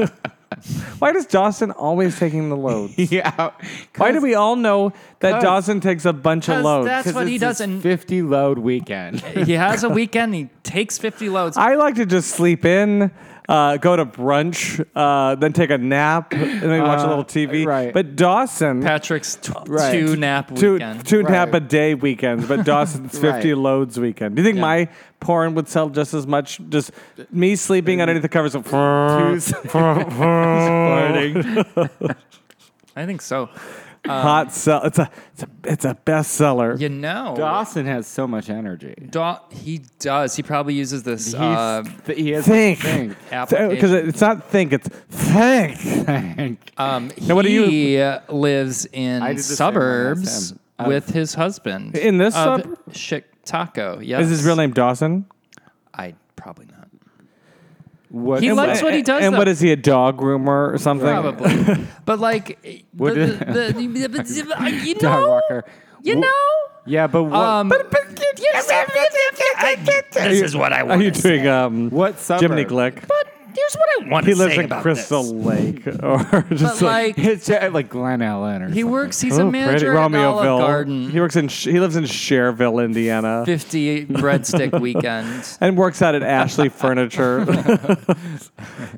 B: Why does Dawson always taking the loads?
C: Yeah.
B: Why do we all know that
C: 'Cause-
B: Dawson takes a bunch of
A: 'cause
B: loads?
A: that's what he does in-
C: 50 load weekend.
A: He has a weekend. He takes 50 loads.
B: I like to just sleep in, uh, go to brunch, uh, then take a nap, and then watch a
A: Uh,
B: little TV.
C: right.
B: But Dawson,
A: Patrick's t-
C: Right.
A: two nap
B: two,
A: weekend.
B: two
C: Right.
B: nap a day weekends, but Dawson's 50
C: Right.
B: loads weekend. Do you think
A: Yeah.
B: my porn would sell just as much? Just me sleeping underneath the covers of. Hot
A: I think so.
B: sell. It's a, it's a, it's a bestseller.
A: Um, You know,
C: Dawson has so much energy.
A: Daw- he does. He probably uses this.
C: He's,
A: Uh,
C: th- he has
B: Think.
C: think.
B: Because
A: application.
B: it's not think, it's think.
A: Um, he
B: what do you-
A: lives
C: I did
A: in
C: the same one last
A: suburbs
C: time. Uh,
A: with his husband
B: In this
A: of
B: sub-
A: Chicago. Yes,
B: Is his real name Dawson?
A: I probably not.
C: What
A: He likes what he does,
B: And
A: though.
B: what is he, a dog groomer or something?
A: Probably. but like,
C: What
A: the,
C: is-
A: the, the, the- uh, you know,
C: Dog walker.
A: you
C: Wh-
A: know.
C: Yeah, but what,
A: Um, this is what I
B: Are
A: want.
B: you doing um,
C: what suburb?
B: Jiminy Glick?
A: But here's what I want
B: He
A: to
B: lives
A: say
B: in
A: about
B: Crystal
A: this.
B: Lake, or just
A: But like,
C: It's uh, like Glen Ellen or
A: he
C: something.
A: works. He's
B: Ooh,
A: a manager at an Olive Garden.
B: He works in. Sh- He lives in Cherville, Indiana,
A: Fifty breadstick weekend.
B: and works out at Ashley Furniture.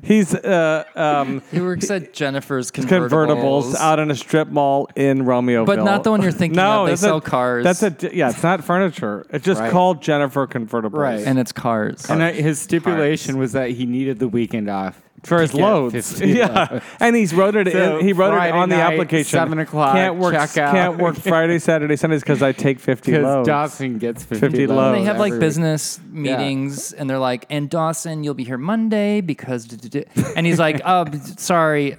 B: He's uh, um,
A: He works at Jennifer's convertibles.
B: convertibles out in a strip mall in Romeoville,
A: But not the one you're thinking
B: no,
A: of. They
B: that's
A: sell
B: a,
A: cars.
B: That's a di- yeah. It's not furniture. It's just
C: Right.
B: called Jennifer Convertibles.
C: Right.
A: and it's cars.
C: And uh, his stipulation was that he needed the weekend off
B: for
C: to
B: his
C: get
B: loads.
C: 50
B: Yeah,
C: loads.
B: and he's wrote it.
C: So
B: in, he wrote it
C: Friday
B: on the
C: night,
B: application.
C: 7 o'clock,
B: Can't work.
C: check out.
B: Can't work Friday, Saturday, Sundays because I take fifty
C: Because
B: loads.
C: Dawson gets 50,
B: 50
C: loads.
B: loads.
A: they have like
C: every week.
A: business meetings, and they're like, "And Dawson, you'll be here Monday because," d- d- d-" and he's like, "Oh, b- sorry,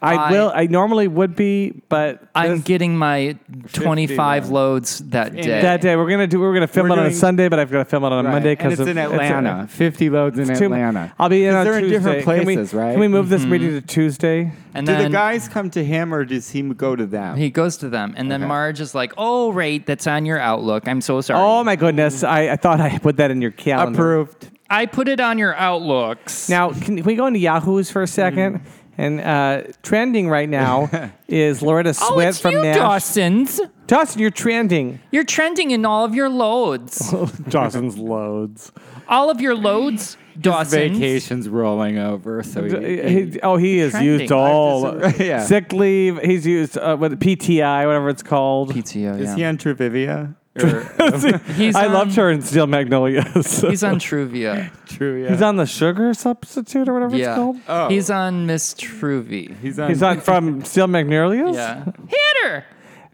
B: I, will. I normally would be, but
A: I'm
B: this-
A: getting my 25
C: loads.
A: loads that day."
B: that day we're gonna do. We're gonna film
C: We're
B: it on a
C: doing-
B: Sunday, but I've got to film it on a
C: Right.
B: Monday
C: And
B: because
C: it's in Atlanta. 50 loads in Atlanta.
B: I'll be in
C: 'Cause
B: on
C: they're
B: Tuesday.
C: in different
B: Can we-
C: places, right?
B: Can we move this meeting
A: Mm-hmm.
B: to Tuesday?
A: and
C: do
A: then
C: the guys come to him or does he go to them?
A: he goes to them, and then Marge is like, "Oh, right, that's on your Outlook. I'm so sorry.
B: Oh my goodness! I, I thought I put that in your calendar.
C: approved.
A: I put it on your Outlooks."
B: Now, can, can we go into Yahoo's for a second?
C: Mm-hmm.
B: And uh, trending right now is Loretta Swit
A: oh, it's
B: from
A: you,
B: Nash.
A: Dawson's.
B: Dawson, you're trending.
A: You're trending in all of your loads.
B: Dawson's loads.
A: all of your loads, Dawson's.
C: Vacation's rolling over, so he,
B: He, oh, he has
A: Trending.
B: used all
C: I've just- yeah.
B: sick leave. He's used uh, what PTI, whatever it's called.
A: PTO,
C: is
A: yeah.
C: he on Trivivia or
A: He's
B: I
A: on-
B: loved her in Steel Magnolias.
A: He's on Truvia.
C: Truvia?
B: He's on the sugar substitute or whatever it's
A: Yeah.
B: called.
C: Oh.
A: He's on Miss Truvy.
C: He's on.
B: He's on from Steel Magnolias.
A: Yeah. Hit her.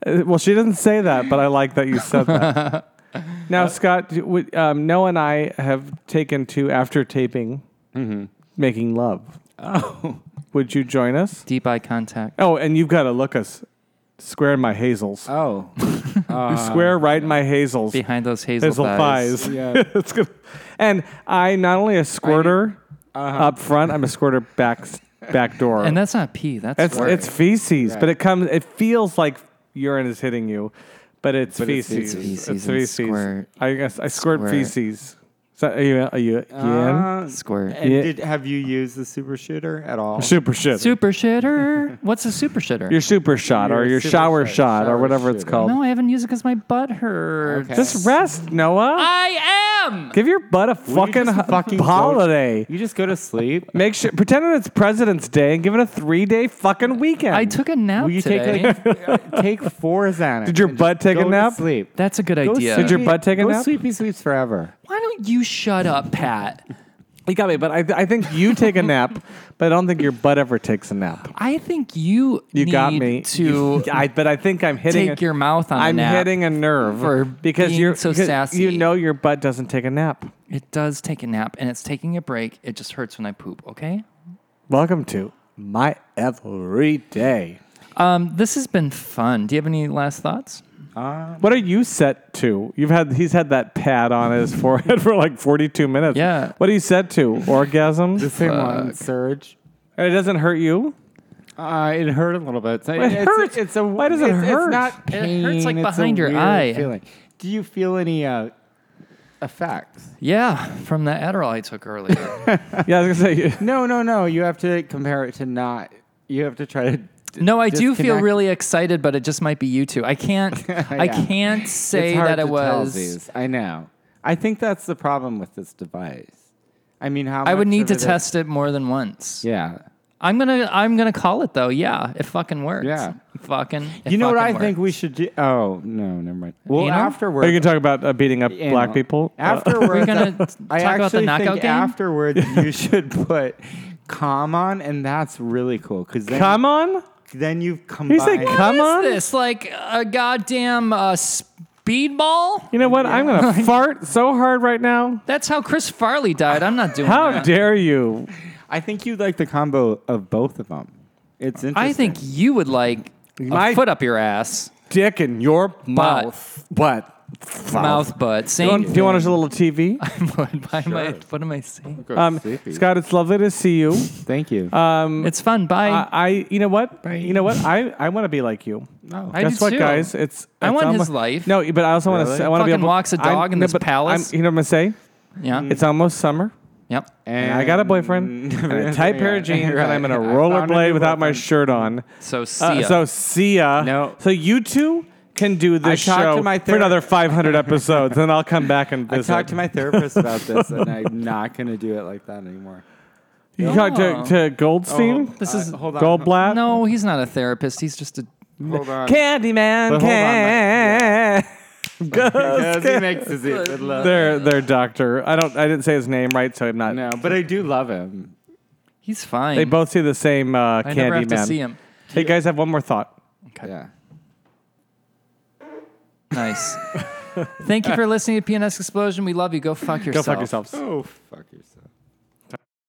B: Uh, Well, she doesn't say that, but I like that you said that.
A: Uh,
B: now, Scott, do- would- um, Noah and I have taken to after taping,
A: Mm-hmm.
B: making love.
C: Oh.
B: Would you join us?
A: Deep eye contact.
B: Oh, and you've got to look us square in my hazels.
C: Oh.
B: you
A: Uh,
B: square right in my hazels.
A: Behind those hazel,
B: hazel
A: thighs.
B: thighs.
C: Yeah.
B: It's good. And I not only a squirter
C: Uh-huh.
B: up front, I'm a squirter back back door.
A: And that's not pee. That's
B: It's
A: squirt.
B: it's feces, but
C: Right.
B: it comes. It feels like urine is hitting you, but it's
C: But it's
B: feces.
A: feces. Feces and squirt.
B: I guess I squirt,
A: Squirt.
B: feces. Is that, are you? Are you? again?
C: Uh,
A: squirt.
C: and
B: Yeah.
C: did, have you used the super shooter at all?
B: super shit.
A: Super shitter. What's a super shitter?
B: your super shot or
C: Your
B: your
C: super
B: shower
C: shot,
B: shot or
C: shower
B: whatever it's
C: shooter.
B: called.
A: no, I haven't used it because my butt hurts.
C: Okay.
B: Just rest,
A: Ah.
B: Noah.
A: I am.
B: Give your butt a
C: Will you
B: fucking,
C: just
B: hu-
C: fucking go-
B: holiday.
C: you just go to sleep.
B: Make sure pretend that it's President's Day and give it a three day fucking weekend.
A: I took a nap
C: Will you
A: today.
C: take like, take four Xanax?
B: Did your
C: and
B: butt
C: just
B: take a
C: go to
B: nap?
C: sleep.
A: That's a good
C: Go
A: idea.
B: Did your
C: sleep-
B: butt take a
C: go
B: nap?
C: Sleepy sleeps forever.
A: Why don't you shut up, Pat?
B: you got me, but I, I think you take a nap, but I don't think your butt ever takes a nap.
A: I think you
B: You
A: need
B: got me.
A: to
B: I, but I think I'm hitting.
A: take
B: a,
A: your mouth on a
B: I'm
A: nap
B: hitting a nerve
A: for
B: because
A: being
B: you're
A: so
B: because
A: sassy.
B: You know your butt doesn't take a nap.
A: It does take a nap and it's taking a break. It just hurts when I poop, okay?
B: Welcome to my every day.
A: Um, this has been fun. Do you have any last thoughts?
B: What are you set to? You've had he's had that pad on his forehead for like 42 minutes.
A: Yeah.
B: What are you set to? Orgasm?
C: The same one, Surge.
B: And it doesn't hurt you.
C: Uh, it hurt a little bit. It's, it
B: hurts.
C: It's a,
B: Why does it
C: it's,
B: hurt?
C: It's not
A: It
C: pain.
A: hurts, like,
C: it's a
A: behind your
C: weird
A: eye.
C: Feeling. Do you feel any uh, effects?
A: Yeah, from the Adderall I took earlier.
B: Yeah, I was gonna say.
C: No, no, no. You have to compare it to not. You have to try to.
A: no, I do feel
C: Disconnect.
A: really excited, but it just might be you two. I can't I
C: Yeah.
A: can't say
C: it's hard
A: that it
C: to tell
A: was
C: these. I know. I think that's the problem with this device. I mean, how
A: I would
C: much
A: need
C: of
A: to
C: it is-
A: test it more than once.
C: Yeah.
A: I'm gonna I'm gonna call it though. Yeah, it fucking works.
C: Yeah.
A: Fucking it
C: you know what I
A: fucking
C: think
A: works.
C: we should do? Oh no, never mind. Well,
A: You know?
B: Are
C: afterwards,
B: you gonna talk about uh, beating up
C: you
B: black
C: know,
B: people? Uh,
C: Afterwards,
A: We're gonna talk
C: I
A: about the
C: actually
A: knockout
C: think
A: game?
C: Afterwards, you should put come on, and that's really cool because then,
B: come on.
C: then you've
B: He
C: combined.
B: said, "Come
A: What
B: on."
A: is this? Like a goddamn uh, speedball?
B: You know what? I'm gonna fart so hard right now.
A: That's how Chris Farley died. I'm not doing
B: How
A: that.
B: dare you?
C: I think you like the combo of both of them. It's interesting.
A: I think you would like a
B: My-
A: foot up your ass.
B: Dick in your mouth. But
A: mouth butt.
B: Do you,
A: Same.
B: want, do you want us a little TV?
A: what, am I, what am I saying?
B: Um, Scott, it's lovely to see you.
C: Thank you.
A: It's fun. Bye.
B: I, I you know what? You know what? I, I want to be like you.
A: I
B: Guess
A: do
B: what,
A: too.
B: guys? It's,
A: I
B: it's
A: want his
B: almost-
A: life.
B: No, but I also want
C: Really?
B: to. I want to be
A: Fucking
B: able-
A: walks a dog
B: I'm-
A: in
B: no,
A: this
B: but I'm-
A: palace.
B: you know what I'm gonna say?
A: Yeah.
B: It's almost summer.
A: yep.
B: And I got a boyfriend, and a tight pair of jeans, and I'm in a rollerblade without my shirt on.
A: So see
B: Uh,
A: ya.
B: so see ya.
C: No.
B: So you two can do this
C: I talked
B: show
C: to my
B: for
C: ther-
B: another 500 episodes, and I'll come back and
C: I
B: visit.
C: talked to my therapist about this, and I'm not going to do it like that anymore.
B: you talked to,
A: Oh.
B: to Goldstein,
A: this is
C: Uh, hold on.
B: Goldblatt.
A: no. He's not a therapist. He's just a.
C: Hold on.
B: Candyman
C: But hold on,
B: can.
C: Because he mixes it with love.
B: Their their doctor. I don't. I didn't say his name right, so I'm not.
C: No, but I do love him.
A: He's fine.
B: They both see the same uh,
A: I
B: Candyman.
A: never have to see him.
B: Hey guys, I have one more thought.
C: Yeah.
A: Nice. Thank you for listening to PNS Explosion. We love you. Go fuck yourself.
B: Go fuck yourselves.
C: Oh, fuck